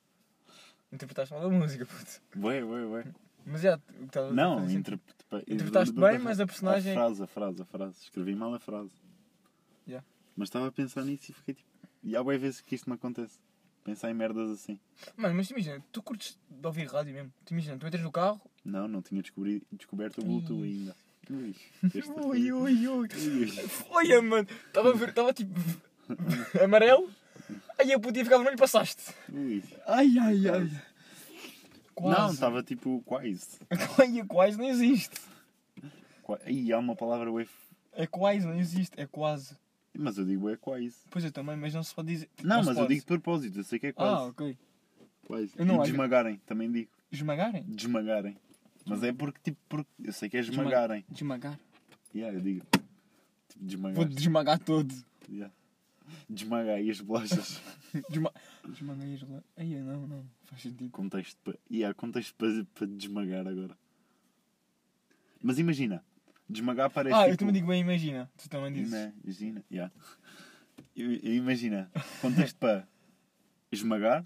Speaker 2: Interpretaste mal a música, puto.
Speaker 1: Ué, ué, ué.
Speaker 2: Mas é, o que estava a
Speaker 1: Não, tipo,
Speaker 2: fazer sentido.
Speaker 1: interpreta-
Speaker 2: Interpretaste bem, mas a personagem-
Speaker 1: A frase, a frase, a frase. Escrevi mal a frase.
Speaker 2: Yeah.
Speaker 1: Mas estava a pensar nisso e fiquei tipo... E há bem vezes que isto me acontece. Pensar em merdas assim.
Speaker 2: Mano, mas imagina, tu curtes de ouvir rádio mesmo. Tu imagina, tu entras no carro.
Speaker 1: Não, não tinha descobri... descoberto o Bluetooth
Speaker 2: Ih.
Speaker 1: ainda. Ui, esta
Speaker 2: Ui,
Speaker 1: foi-
Speaker 2: ui, ui.
Speaker 1: Ui.
Speaker 2: Olha, mano, estava a ver, estava tipo. amarelo. Aí eu podia ficar vermelho e passaste.
Speaker 1: Ui.
Speaker 2: Ai, ai, ai. Quase.
Speaker 1: Não, estava tipo quase.
Speaker 2: Olha, quase não existe.
Speaker 1: Qua- Ih, há uma palavra ué,
Speaker 2: É quase, não existe, é quase.
Speaker 1: Mas eu digo é quase.
Speaker 2: Pois eu também, mas não se pode dizer.
Speaker 1: Não,
Speaker 2: se
Speaker 1: mas eu
Speaker 2: pode.
Speaker 1: digo de propósito, eu sei que é
Speaker 2: Ah,
Speaker 1: quase.
Speaker 2: ok.
Speaker 1: quase.
Speaker 2: Eu não
Speaker 1: e
Speaker 2: acho-
Speaker 1: desmagarem, também digo.
Speaker 2: Esmagarem?
Speaker 1: Desmagarem. Mas é porque, tipo, porque eu sei que é esmagarem.
Speaker 2: Desmagar.
Speaker 1: Yeah, eu digo. Tipo,
Speaker 2: Vou
Speaker 1: desmagar.
Speaker 2: desmagar todo.
Speaker 1: Yeah. Desmagar e as bolachas.
Speaker 2: Desma... Desmagar as lá. Ai, não, não. Faz sentido.
Speaker 1: contexto para. Yeah, contexto para, para desmagar agora. Mas imagina, desmagar parece.
Speaker 2: ah, eu
Speaker 1: tipo,
Speaker 2: também digo bem, imagina. Tu também dizes.
Speaker 1: Imagina, yeah. Eu- eu imagina, contexto para esmagar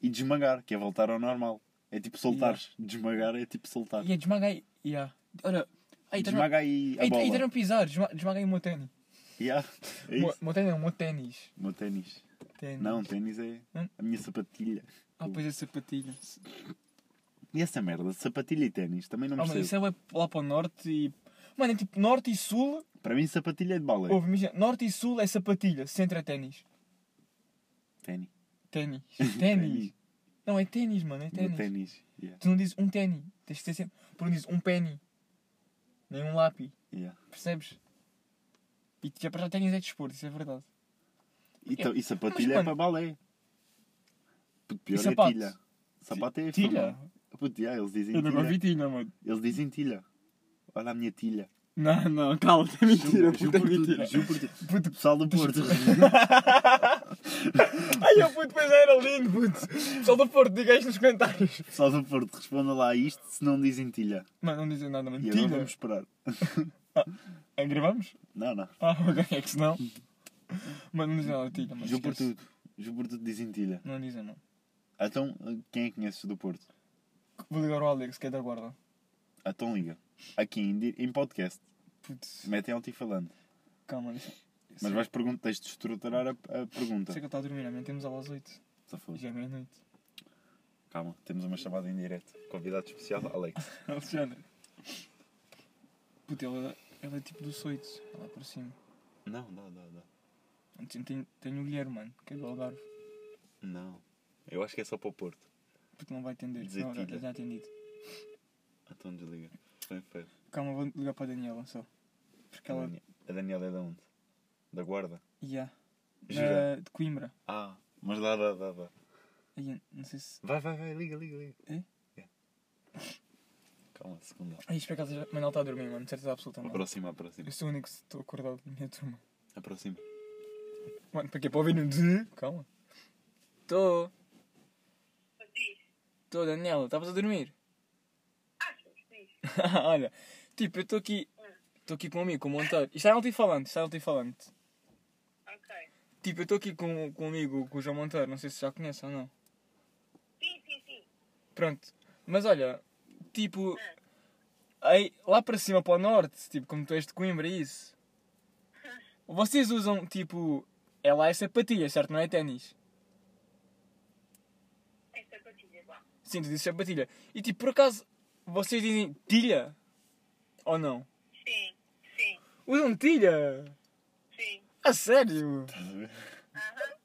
Speaker 1: e desmagar, que é voltar ao normal. É tipo soltares. Desmagar é tipo soltar.
Speaker 2: E é desmaga aí. Yeah. Ora, aí tá
Speaker 1: Desmaga aí a
Speaker 2: Aí aí tá
Speaker 1: bola.
Speaker 2: não pisar, desma- desmaga aí o meu ténis.
Speaker 1: Yeah. É
Speaker 2: Mo-
Speaker 1: isso.
Speaker 2: Meu ténis não, o meu ténis.
Speaker 1: O meu ténis.
Speaker 2: Ténis.
Speaker 1: Não, ténis é
Speaker 2: Hum?
Speaker 1: a minha sapatilha.
Speaker 2: Ah, pois é sapatilha.
Speaker 1: E essa merda, sapatilha e ténis, também não
Speaker 2: Ah, mano,
Speaker 1: percebo.
Speaker 2: isso é lá para o norte e. Mano, é tipo norte e sul.
Speaker 1: Para mim, sapatilha é de balé.
Speaker 2: Ouve, imagina. Norte e sul é sapatilha, centro é ténis.
Speaker 1: Ténis.
Speaker 2: Ténis. Ténis. não, é ténis, mano, é
Speaker 1: Ténis. No
Speaker 2: ténis.
Speaker 1: ténis. Yeah.
Speaker 2: Tu não dizes um ténis. Tens de ser sempre. Por um dizes um penny. Nem um lápis.
Speaker 1: Yeah.
Speaker 2: Percebes? E já para já ténis é desporto, isso é verdade.
Speaker 1: Então, e
Speaker 2: Mas
Speaker 1: sapatilha é
Speaker 2: quando-
Speaker 1: para balé. Puto,
Speaker 2: E
Speaker 1: pior é
Speaker 2: sapato?
Speaker 1: tilha. Sapato é
Speaker 2: Tilha?
Speaker 1: Puto, yeah, eles dizem
Speaker 2: Eu não
Speaker 1: tilha.
Speaker 2: ouvi tilha, mano.
Speaker 1: Eles dizem tilha. Olha a minha tilha.
Speaker 2: Não, não, calma, é mentira,
Speaker 1: Juro
Speaker 2: puta
Speaker 1: por tudo,
Speaker 2: mentira.
Speaker 1: Juro por tudo.
Speaker 2: Puto,
Speaker 1: Pessoal do Porto.
Speaker 2: ai, eu puto, pois era lindo, puto. Pessoal do Porto, diga isto nos comentários.
Speaker 1: Pessoal do Porto, responda lá a isto se não dizem tilha.
Speaker 2: Mano, não dizem nada, mano.
Speaker 1: E agora
Speaker 2: Tilha.
Speaker 1: vamos esperar.
Speaker 2: Ah, gravamos?
Speaker 1: Não, não.
Speaker 2: Ah, ok, é que se não. Mano, não dizem nada, tilha, mano.
Speaker 1: Juro por
Speaker 2: esquece.
Speaker 1: tudo. Juro por tudo dizem tilha.
Speaker 2: Não dizem, não.
Speaker 1: Então, quem é que conheces do Porto?
Speaker 2: Vou ligar ao Alex, que é da guarda.
Speaker 1: Então liga. Aqui em, di- em podcast.
Speaker 2: Putz,
Speaker 1: Metem alto e falando.
Speaker 2: calma, deixa.
Speaker 1: Mas
Speaker 2: Sim.
Speaker 1: vais perguntar, tens de estruturar a, a pergunta.
Speaker 2: Sei que ele está a dormir, amanhã temos aula às 8.
Speaker 1: Só foda.
Speaker 2: Já é meia-noite.
Speaker 1: Calma, temos uma chamada em direto. Convidado especial, Alex.
Speaker 2: Alexandre. Puta, ela, ela é tipo do Soito, ela é para cima.
Speaker 1: Não, não, não, não.
Speaker 2: Antes tenho, tenho o Guilherme, mano, que é do Algarve.
Speaker 1: Não. Eu acho que é só para o Porto.
Speaker 2: Porque não vai atender. Não,
Speaker 1: Desatilha.
Speaker 2: já, já atendido.
Speaker 1: Então desliga. Bem feito.
Speaker 2: Calma, vou ligar para a Daniela só. Porque ela.
Speaker 1: A Daniela é de onde? Da Guarda?
Speaker 2: Ya. É.
Speaker 1: Jura?
Speaker 2: Da- De Coimbra.
Speaker 1: Ah, mas dá, dá, dá, dá.
Speaker 2: Aí, não sei se.
Speaker 1: Vai, vai, vai, liga, liga, liga.
Speaker 2: É?
Speaker 1: É. Calma, segunda.
Speaker 2: Ai, espera que ela esteja- Mas não está a dormir, mano, de certeza absoluta. Mano.
Speaker 1: Aproxima, aproxima.
Speaker 2: Eu sou o único que estou acordado na minha turma.
Speaker 1: Aproxima.
Speaker 2: Mano, para quê? Para ouvir no de. Calma. Estou. Estou, Daniela, estavas a dormir? Olha, tipo, eu estou aqui. Estou aqui com um amigo, com um montar. Isto é altifalante, isto é altifalante.
Speaker 3: Ok.
Speaker 2: Tipo, eu estou aqui com, com um amigo, com o João Monteiro, não sei se já conhece ou não.
Speaker 3: Sim, sim, sim.
Speaker 2: Pronto, mas olha, tipo, aí, lá para cima, para o norte, tipo, como tu és de Coimbra, é isso. Vocês usam, tipo, é lá é sapatilha, certo? Não é ténis?
Speaker 3: Esta partilha lá.
Speaker 2: Sim, tu dizes sapatilha. E tipo, por acaso, vocês dizem tilha? Ou não?
Speaker 3: Sim, sim,
Speaker 2: Usam tilha?
Speaker 3: sim.
Speaker 2: A sério?
Speaker 3: Aham.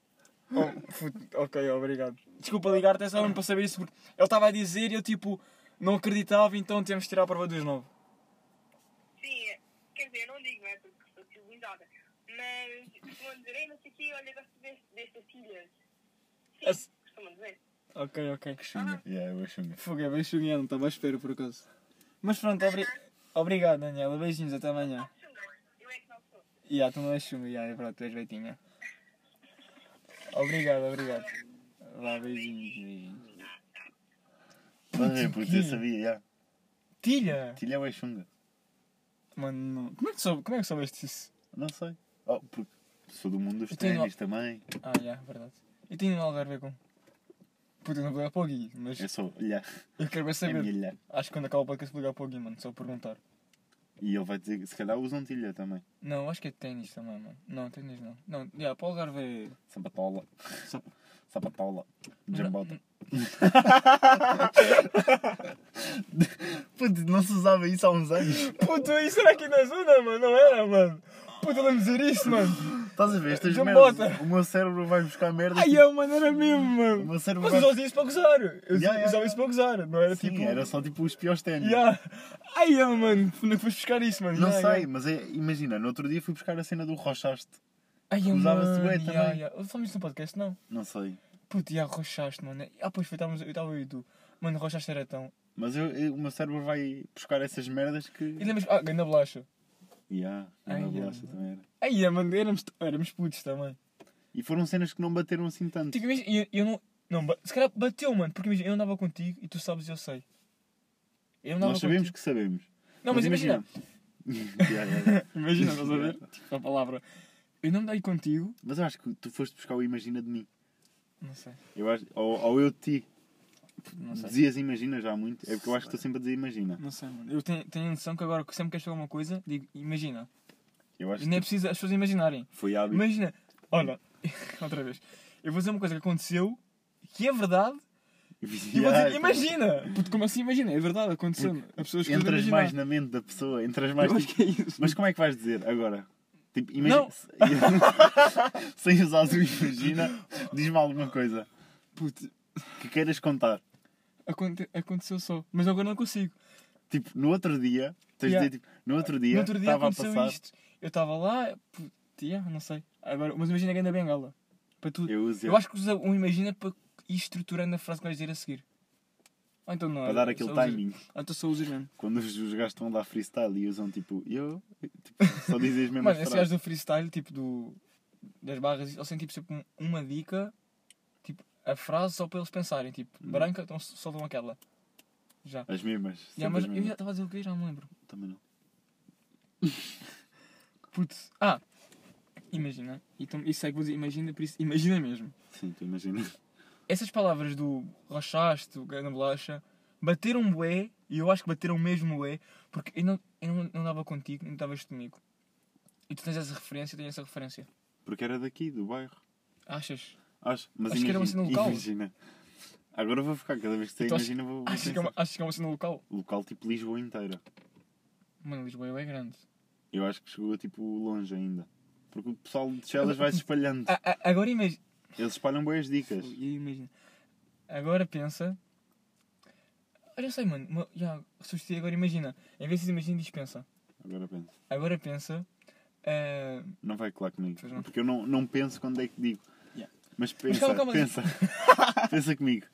Speaker 2: Oh, fut- ok, obrigado. Desculpa ligar-te, é só mesmo para saber isso, porque ele estava a dizer e eu, tipo, não acreditava, então temos de tirar a prova dos nove.
Speaker 3: Sim. é. Quer dizer, eu não digo, não é? Porque sou civilizada. Mas vão dizer, ei, não sei o quê, olha, gosto deste, destas filhas. Sim,
Speaker 2: As-
Speaker 3: costumam dizer.
Speaker 2: Ok, ok.
Speaker 1: Xunga. Yeah, eu xunga.
Speaker 2: Foguei, é bem chuguinhando, estava à espera por acaso. Mas pronto, obri- obrigado Daniela, beijinhos, até amanhã.
Speaker 3: Chunga, eu é que não sou.
Speaker 2: E yeah, tu não és chunga, yeah, pronto, tu és beitinha. Obrigado, obrigado. Vá, beijinhos, beijinhos.
Speaker 1: Mas é, puto, eu
Speaker 2: Tilha.
Speaker 1: sabia, yeah.
Speaker 2: Tilha!
Speaker 1: Tilha ou é xunga?
Speaker 2: Mano, não- como é que, soube, como é que soubeste isso?
Speaker 1: Não sei. Oh, porque sou do mundo dos
Speaker 2: Eu tenho-
Speaker 1: ténis também.
Speaker 2: Ah, já, yeah, verdade. E tenho um algarve com. Puta, eu não vou ligar para o Gui, mas
Speaker 1: Eu sou, É yeah.
Speaker 2: eu
Speaker 1: É
Speaker 2: quero bem
Speaker 1: minha
Speaker 2: saber.
Speaker 1: ilha.
Speaker 2: Acho que quando acaba o podcast vou ligar para o Gui, mano, só perguntar.
Speaker 1: E ele vai dizer que se calhar usam tilha também.
Speaker 2: Não, acho que é ténis também, mano. Não, ténis não. Não, já, yeah, para o algarve é.
Speaker 1: Sapatola.
Speaker 2: Sap-
Speaker 1: Sapatola.
Speaker 2: Não-
Speaker 1: Jambota. Puto, não se usava isso há uns anos.
Speaker 2: Puto, isso era aqui na zona, mano, não era, mano. Puto, eu lembro dizer isso, mano.
Speaker 1: Estás a ver? Estas
Speaker 2: Jambota.
Speaker 1: merdas. O meu cérebro vai buscar merda. tipo,
Speaker 2: Ai, eu, mano, era mesmo,
Speaker 1: O
Speaker 2: mano.
Speaker 1: meu cérebro
Speaker 2: Mas
Speaker 1: vai...
Speaker 2: usava isso para gozar. Eu
Speaker 1: Ya, ya,
Speaker 2: usava
Speaker 1: ya.
Speaker 2: isso para gozar, não era
Speaker 1: Sim,
Speaker 2: tipo.
Speaker 1: era só tipo os piores ténis.
Speaker 2: Ya. Ai, eu, mano, onde é que foste buscar isso, mano?
Speaker 1: Não
Speaker 2: Ya,
Speaker 1: sei,
Speaker 2: ya.
Speaker 1: mas é, imagina, no outro dia fui buscar a cena do rochaste.
Speaker 2: Ai, eu,
Speaker 1: Usava-se
Speaker 2: mano.
Speaker 1: bué
Speaker 2: ya,
Speaker 1: também.
Speaker 2: ya. Falamos isso no podcast, não?
Speaker 1: Não sei.
Speaker 2: Puto, já rochaste, mano. Ah, pois foi, estávamos- eu estava eu e tu. Mano, rochaste era tão.
Speaker 1: Mas eu, eu- o meu cérebro vai buscar essas merdas que. é
Speaker 2: E lembras. Ah, ganha bolacha.
Speaker 1: Ya,
Speaker 2: Ai,
Speaker 1: na
Speaker 2: ya,
Speaker 1: bolacha
Speaker 2: mano.
Speaker 1: também era.
Speaker 2: Ai, ya, mano, éramos, éramos putos também.
Speaker 1: E foram cenas que não bateram assim tanto.
Speaker 2: Tipo, imagina, eu, eu não. Não, ba- se calhar bateu, mano, porque imagina, eu andava contigo e tu sabes e eu sei. Eu andava
Speaker 1: Nós sabemos
Speaker 2: contigo.
Speaker 1: que sabemos.
Speaker 2: Não, mas imagina.
Speaker 1: imagina. Ya, ya, ya.
Speaker 2: Imagina, estás a ver? Tipo, a palavra. Eu não dei contigo.
Speaker 1: Mas eu acho que tu foste buscar o imagina de mim.
Speaker 2: Não sei.
Speaker 1: Eu acho, ou, ou eu de ti.
Speaker 2: Não sei.
Speaker 1: Dizias imagina já há muito. É porque eu acho que estou sempre a dizer imagina.
Speaker 2: Não sei, mano. Eu tenho, tenho a noção que agora, que sempre que queres falar uma coisa, digo, imagina.
Speaker 1: Eu acho
Speaker 2: E nem é
Speaker 1: que
Speaker 2: preciso as pessoas imaginarem.
Speaker 1: foi hábito.
Speaker 2: Imagina. Olha, outra vez. Eu vou dizer uma coisa que aconteceu, que é verdade, e vou
Speaker 1: Ya,
Speaker 2: dizer, imagina! Puto, como assim imagina? É verdade, aconteceu. As pessoas que
Speaker 1: Entras mais na mente da pessoa, entras mais.
Speaker 2: Eu
Speaker 1: tipo,
Speaker 2: acho que é isso.
Speaker 1: Mas como é que vais dizer agora? Tipo, imagina.
Speaker 2: Não.
Speaker 1: Sem usar o imagina, diz-me alguma coisa
Speaker 2: Puto,
Speaker 1: que queiras contar.
Speaker 2: aconte- aconteceu só. Mas agora não consigo.
Speaker 1: Tipo, no outro dia, tens
Speaker 2: Yeah.
Speaker 1: de dizer, tipo, no outro dia,
Speaker 2: no outro dia
Speaker 1: estava a
Speaker 2: aconteceu
Speaker 1: passar.
Speaker 2: isto. Eu estava lá, puto, yeah, não sei. Agora, mas imagina que anda bengala. Para tu,
Speaker 1: Eu uso
Speaker 2: Eu acho que usa um imagina para ir estruturando a frase que vais dizer a seguir. Ou então não.
Speaker 1: para dar aquele
Speaker 2: só usas-
Speaker 1: timing.
Speaker 2: Ou então só usas mesmo.
Speaker 1: Quando os, os gajos estão a dar freestyle e usam tipo, eu. Tipo, só dizem as mesmas
Speaker 2: Mano, esse
Speaker 1: frases.
Speaker 2: gajo do freestyle, tipo do. das barras, eles têm tipo sempre um- uma dica, tipo a frase só para eles pensarem. Tipo,
Speaker 1: Hum.
Speaker 2: branca, então só dão aquela. Já.
Speaker 1: As mesmas.
Speaker 2: Já,
Speaker 1: sempre as
Speaker 2: mas eu
Speaker 1: mesmas.
Speaker 2: já estava a dizer o que já não me lembro.
Speaker 1: Também não.
Speaker 2: Putz. Ah! Imagina. Então, isso é que vou dizer, imagina, por isso, imagina mesmo.
Speaker 1: Sim, tu imagina.
Speaker 2: Essas palavras do rochaste, do grande bolacha, bateram bué, e eu acho que bateram mesmo bué, porque eu não, eu não, não andava contigo, não estavas comigo. E tu tens essa referência, eu tenho essa referência.
Speaker 1: Porque era daqui, do bairro.
Speaker 2: Achas?
Speaker 1: Acho, mas
Speaker 2: Acho que era uma
Speaker 1: imagina-
Speaker 2: cena local.
Speaker 1: Imagina. Agora vou ficar, cada vez que você
Speaker 2: Então,
Speaker 1: imagina, vou. vou
Speaker 2: Achas que, é uma,
Speaker 1: pensar.
Speaker 2: achas que é uma cena local?
Speaker 1: Local tipo Lisboa inteira.
Speaker 2: Mano, Lisboa é grande.
Speaker 1: Eu acho que chegou tipo longe ainda. Porque o pessoal de Chelas vai se espalhando.
Speaker 2: A- a- agora imagina.
Speaker 1: Eles espalham boas dicas.
Speaker 2: Imagina. Agora pensa. Eu já sei, mano. uma- Já, substitui agora imagina. Em vez de imagina, dispensa.
Speaker 1: Agora penso.
Speaker 2: Agora pensa. eh,
Speaker 1: Não vai colar comigo.
Speaker 2: Pois não.
Speaker 1: Porque eu não, não penso quando é que digo.
Speaker 2: Yeah.
Speaker 1: Mas pensa,
Speaker 2: calma, calma.
Speaker 1: pensa. pensa comigo.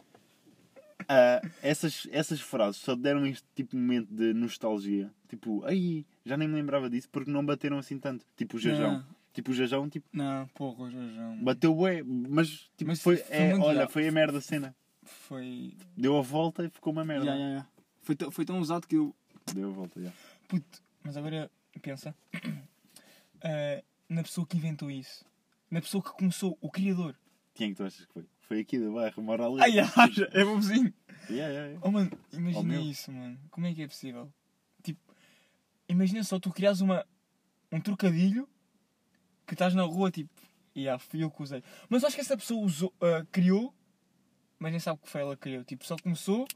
Speaker 1: Ah, essas, essas frases só deram este tipo de momento de nostalgia. Tipo, aí, já nem me lembrava disso porque não bateram assim tanto. Tipo o Jajão.
Speaker 2: Não.
Speaker 1: Tipo o Jajão, tipo,
Speaker 2: não, porra, Jorjão.
Speaker 1: bateu bué, mas, tipo,
Speaker 2: Mas
Speaker 1: foi,
Speaker 2: foi
Speaker 1: é,
Speaker 2: muito
Speaker 1: olha,
Speaker 2: legal.
Speaker 1: foi a merda a cena.
Speaker 2: Foi.
Speaker 1: Deu a volta e ficou uma merda.
Speaker 2: Já, já, já. Foi, tão- foi tão usado que eu.
Speaker 1: Deu a volta, já.
Speaker 2: Puto, mas agora pensa eh, na pessoa que inventou isso. Na pessoa que começou, o criador.
Speaker 1: Quem é que tu achas que foi? Foi aqui do bairro, mora ali.
Speaker 2: Ai, acha, é meu vizinho.
Speaker 1: Yeah, yeah, yeah.
Speaker 2: Oh, mano,
Speaker 1: Oh,
Speaker 2: imagina
Speaker 1: meu.
Speaker 2: isso, mano. Como é que é possível? Tipo, imagina só tu criares uma, um trocadilho que estás na rua, tipo, e yeah, fui eu que usei. Mas eu acho que essa pessoa usou, ah, criou, mas nem sabe o que foi ela que criou. Tipo, só começou,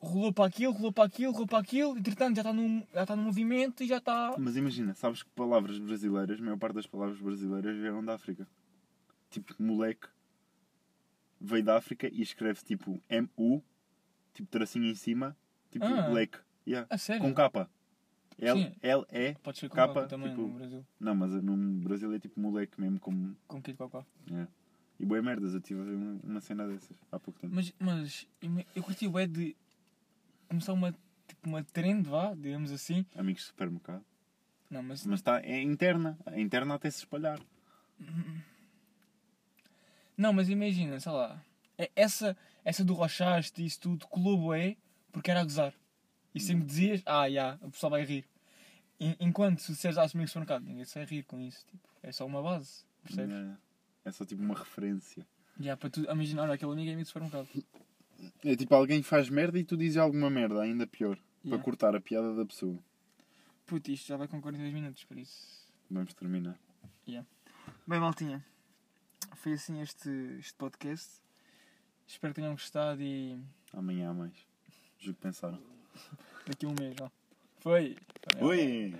Speaker 2: rolou para aquilo, rolou para aquilo, rolou para aquilo, entretanto já está no, já tá no movimento e já está.
Speaker 1: Mas imagina, sabes que palavras brasileiras, a maior parte das palavras brasileiras vieram da África. Tipo, moleque veio da África e escreve tipo M-U, tipo tracinho em cima, tipo
Speaker 2: Ah.
Speaker 1: leque. Yeah.
Speaker 2: A sério?
Speaker 1: Com capa. L,
Speaker 2: Sim.
Speaker 1: L, E.
Speaker 2: Pode ser com
Speaker 1: Capa,
Speaker 2: capa, também
Speaker 1: tipo-
Speaker 2: no Brasil.
Speaker 1: Não, mas no Brasil é tipo moleque mesmo, como.
Speaker 2: Com Kid Cocó.
Speaker 1: é. E boi merdas, eu tive a ver uma, uma cena dessas há pouco tempo.
Speaker 2: Mas, mas ima- eu curti o é de começar uma, tipo, uma trend, vá, digamos assim.
Speaker 1: Amigos de supermercado.
Speaker 2: Não, mas,
Speaker 1: Mas está, é interna. A interna até se espalhar.
Speaker 2: não, mas imagina, sei lá. é- Essa, essa do Rochaste e isso tudo colou é porque era a gozar. E sempre dizias, ah, já, o pessoal vai rir. En- Enquanto se disseres, ah, amigos supermercado, ninguém se vai rir com isso. Tipo, é só uma base, percebes?
Speaker 1: É, é só tipo uma referência.
Speaker 2: Já, para tu imaginar, olha, aquele amigo é amigo de supermercado.
Speaker 1: É tipo alguém faz merda e tu dizes alguma merda, ainda pior. Para
Speaker 2: Yeah.
Speaker 1: cortar a piada da pessoa.
Speaker 2: Puto, isto já vai com 42 minutos, por isso.
Speaker 1: Vamos terminar.
Speaker 2: Bem, maltinha, foi assim este, este podcast. Espero que tenham gostado e
Speaker 1: Amanhã há mais. Juro que pensaram.
Speaker 2: daqui a um mês, ó. Foi!
Speaker 1: Oi!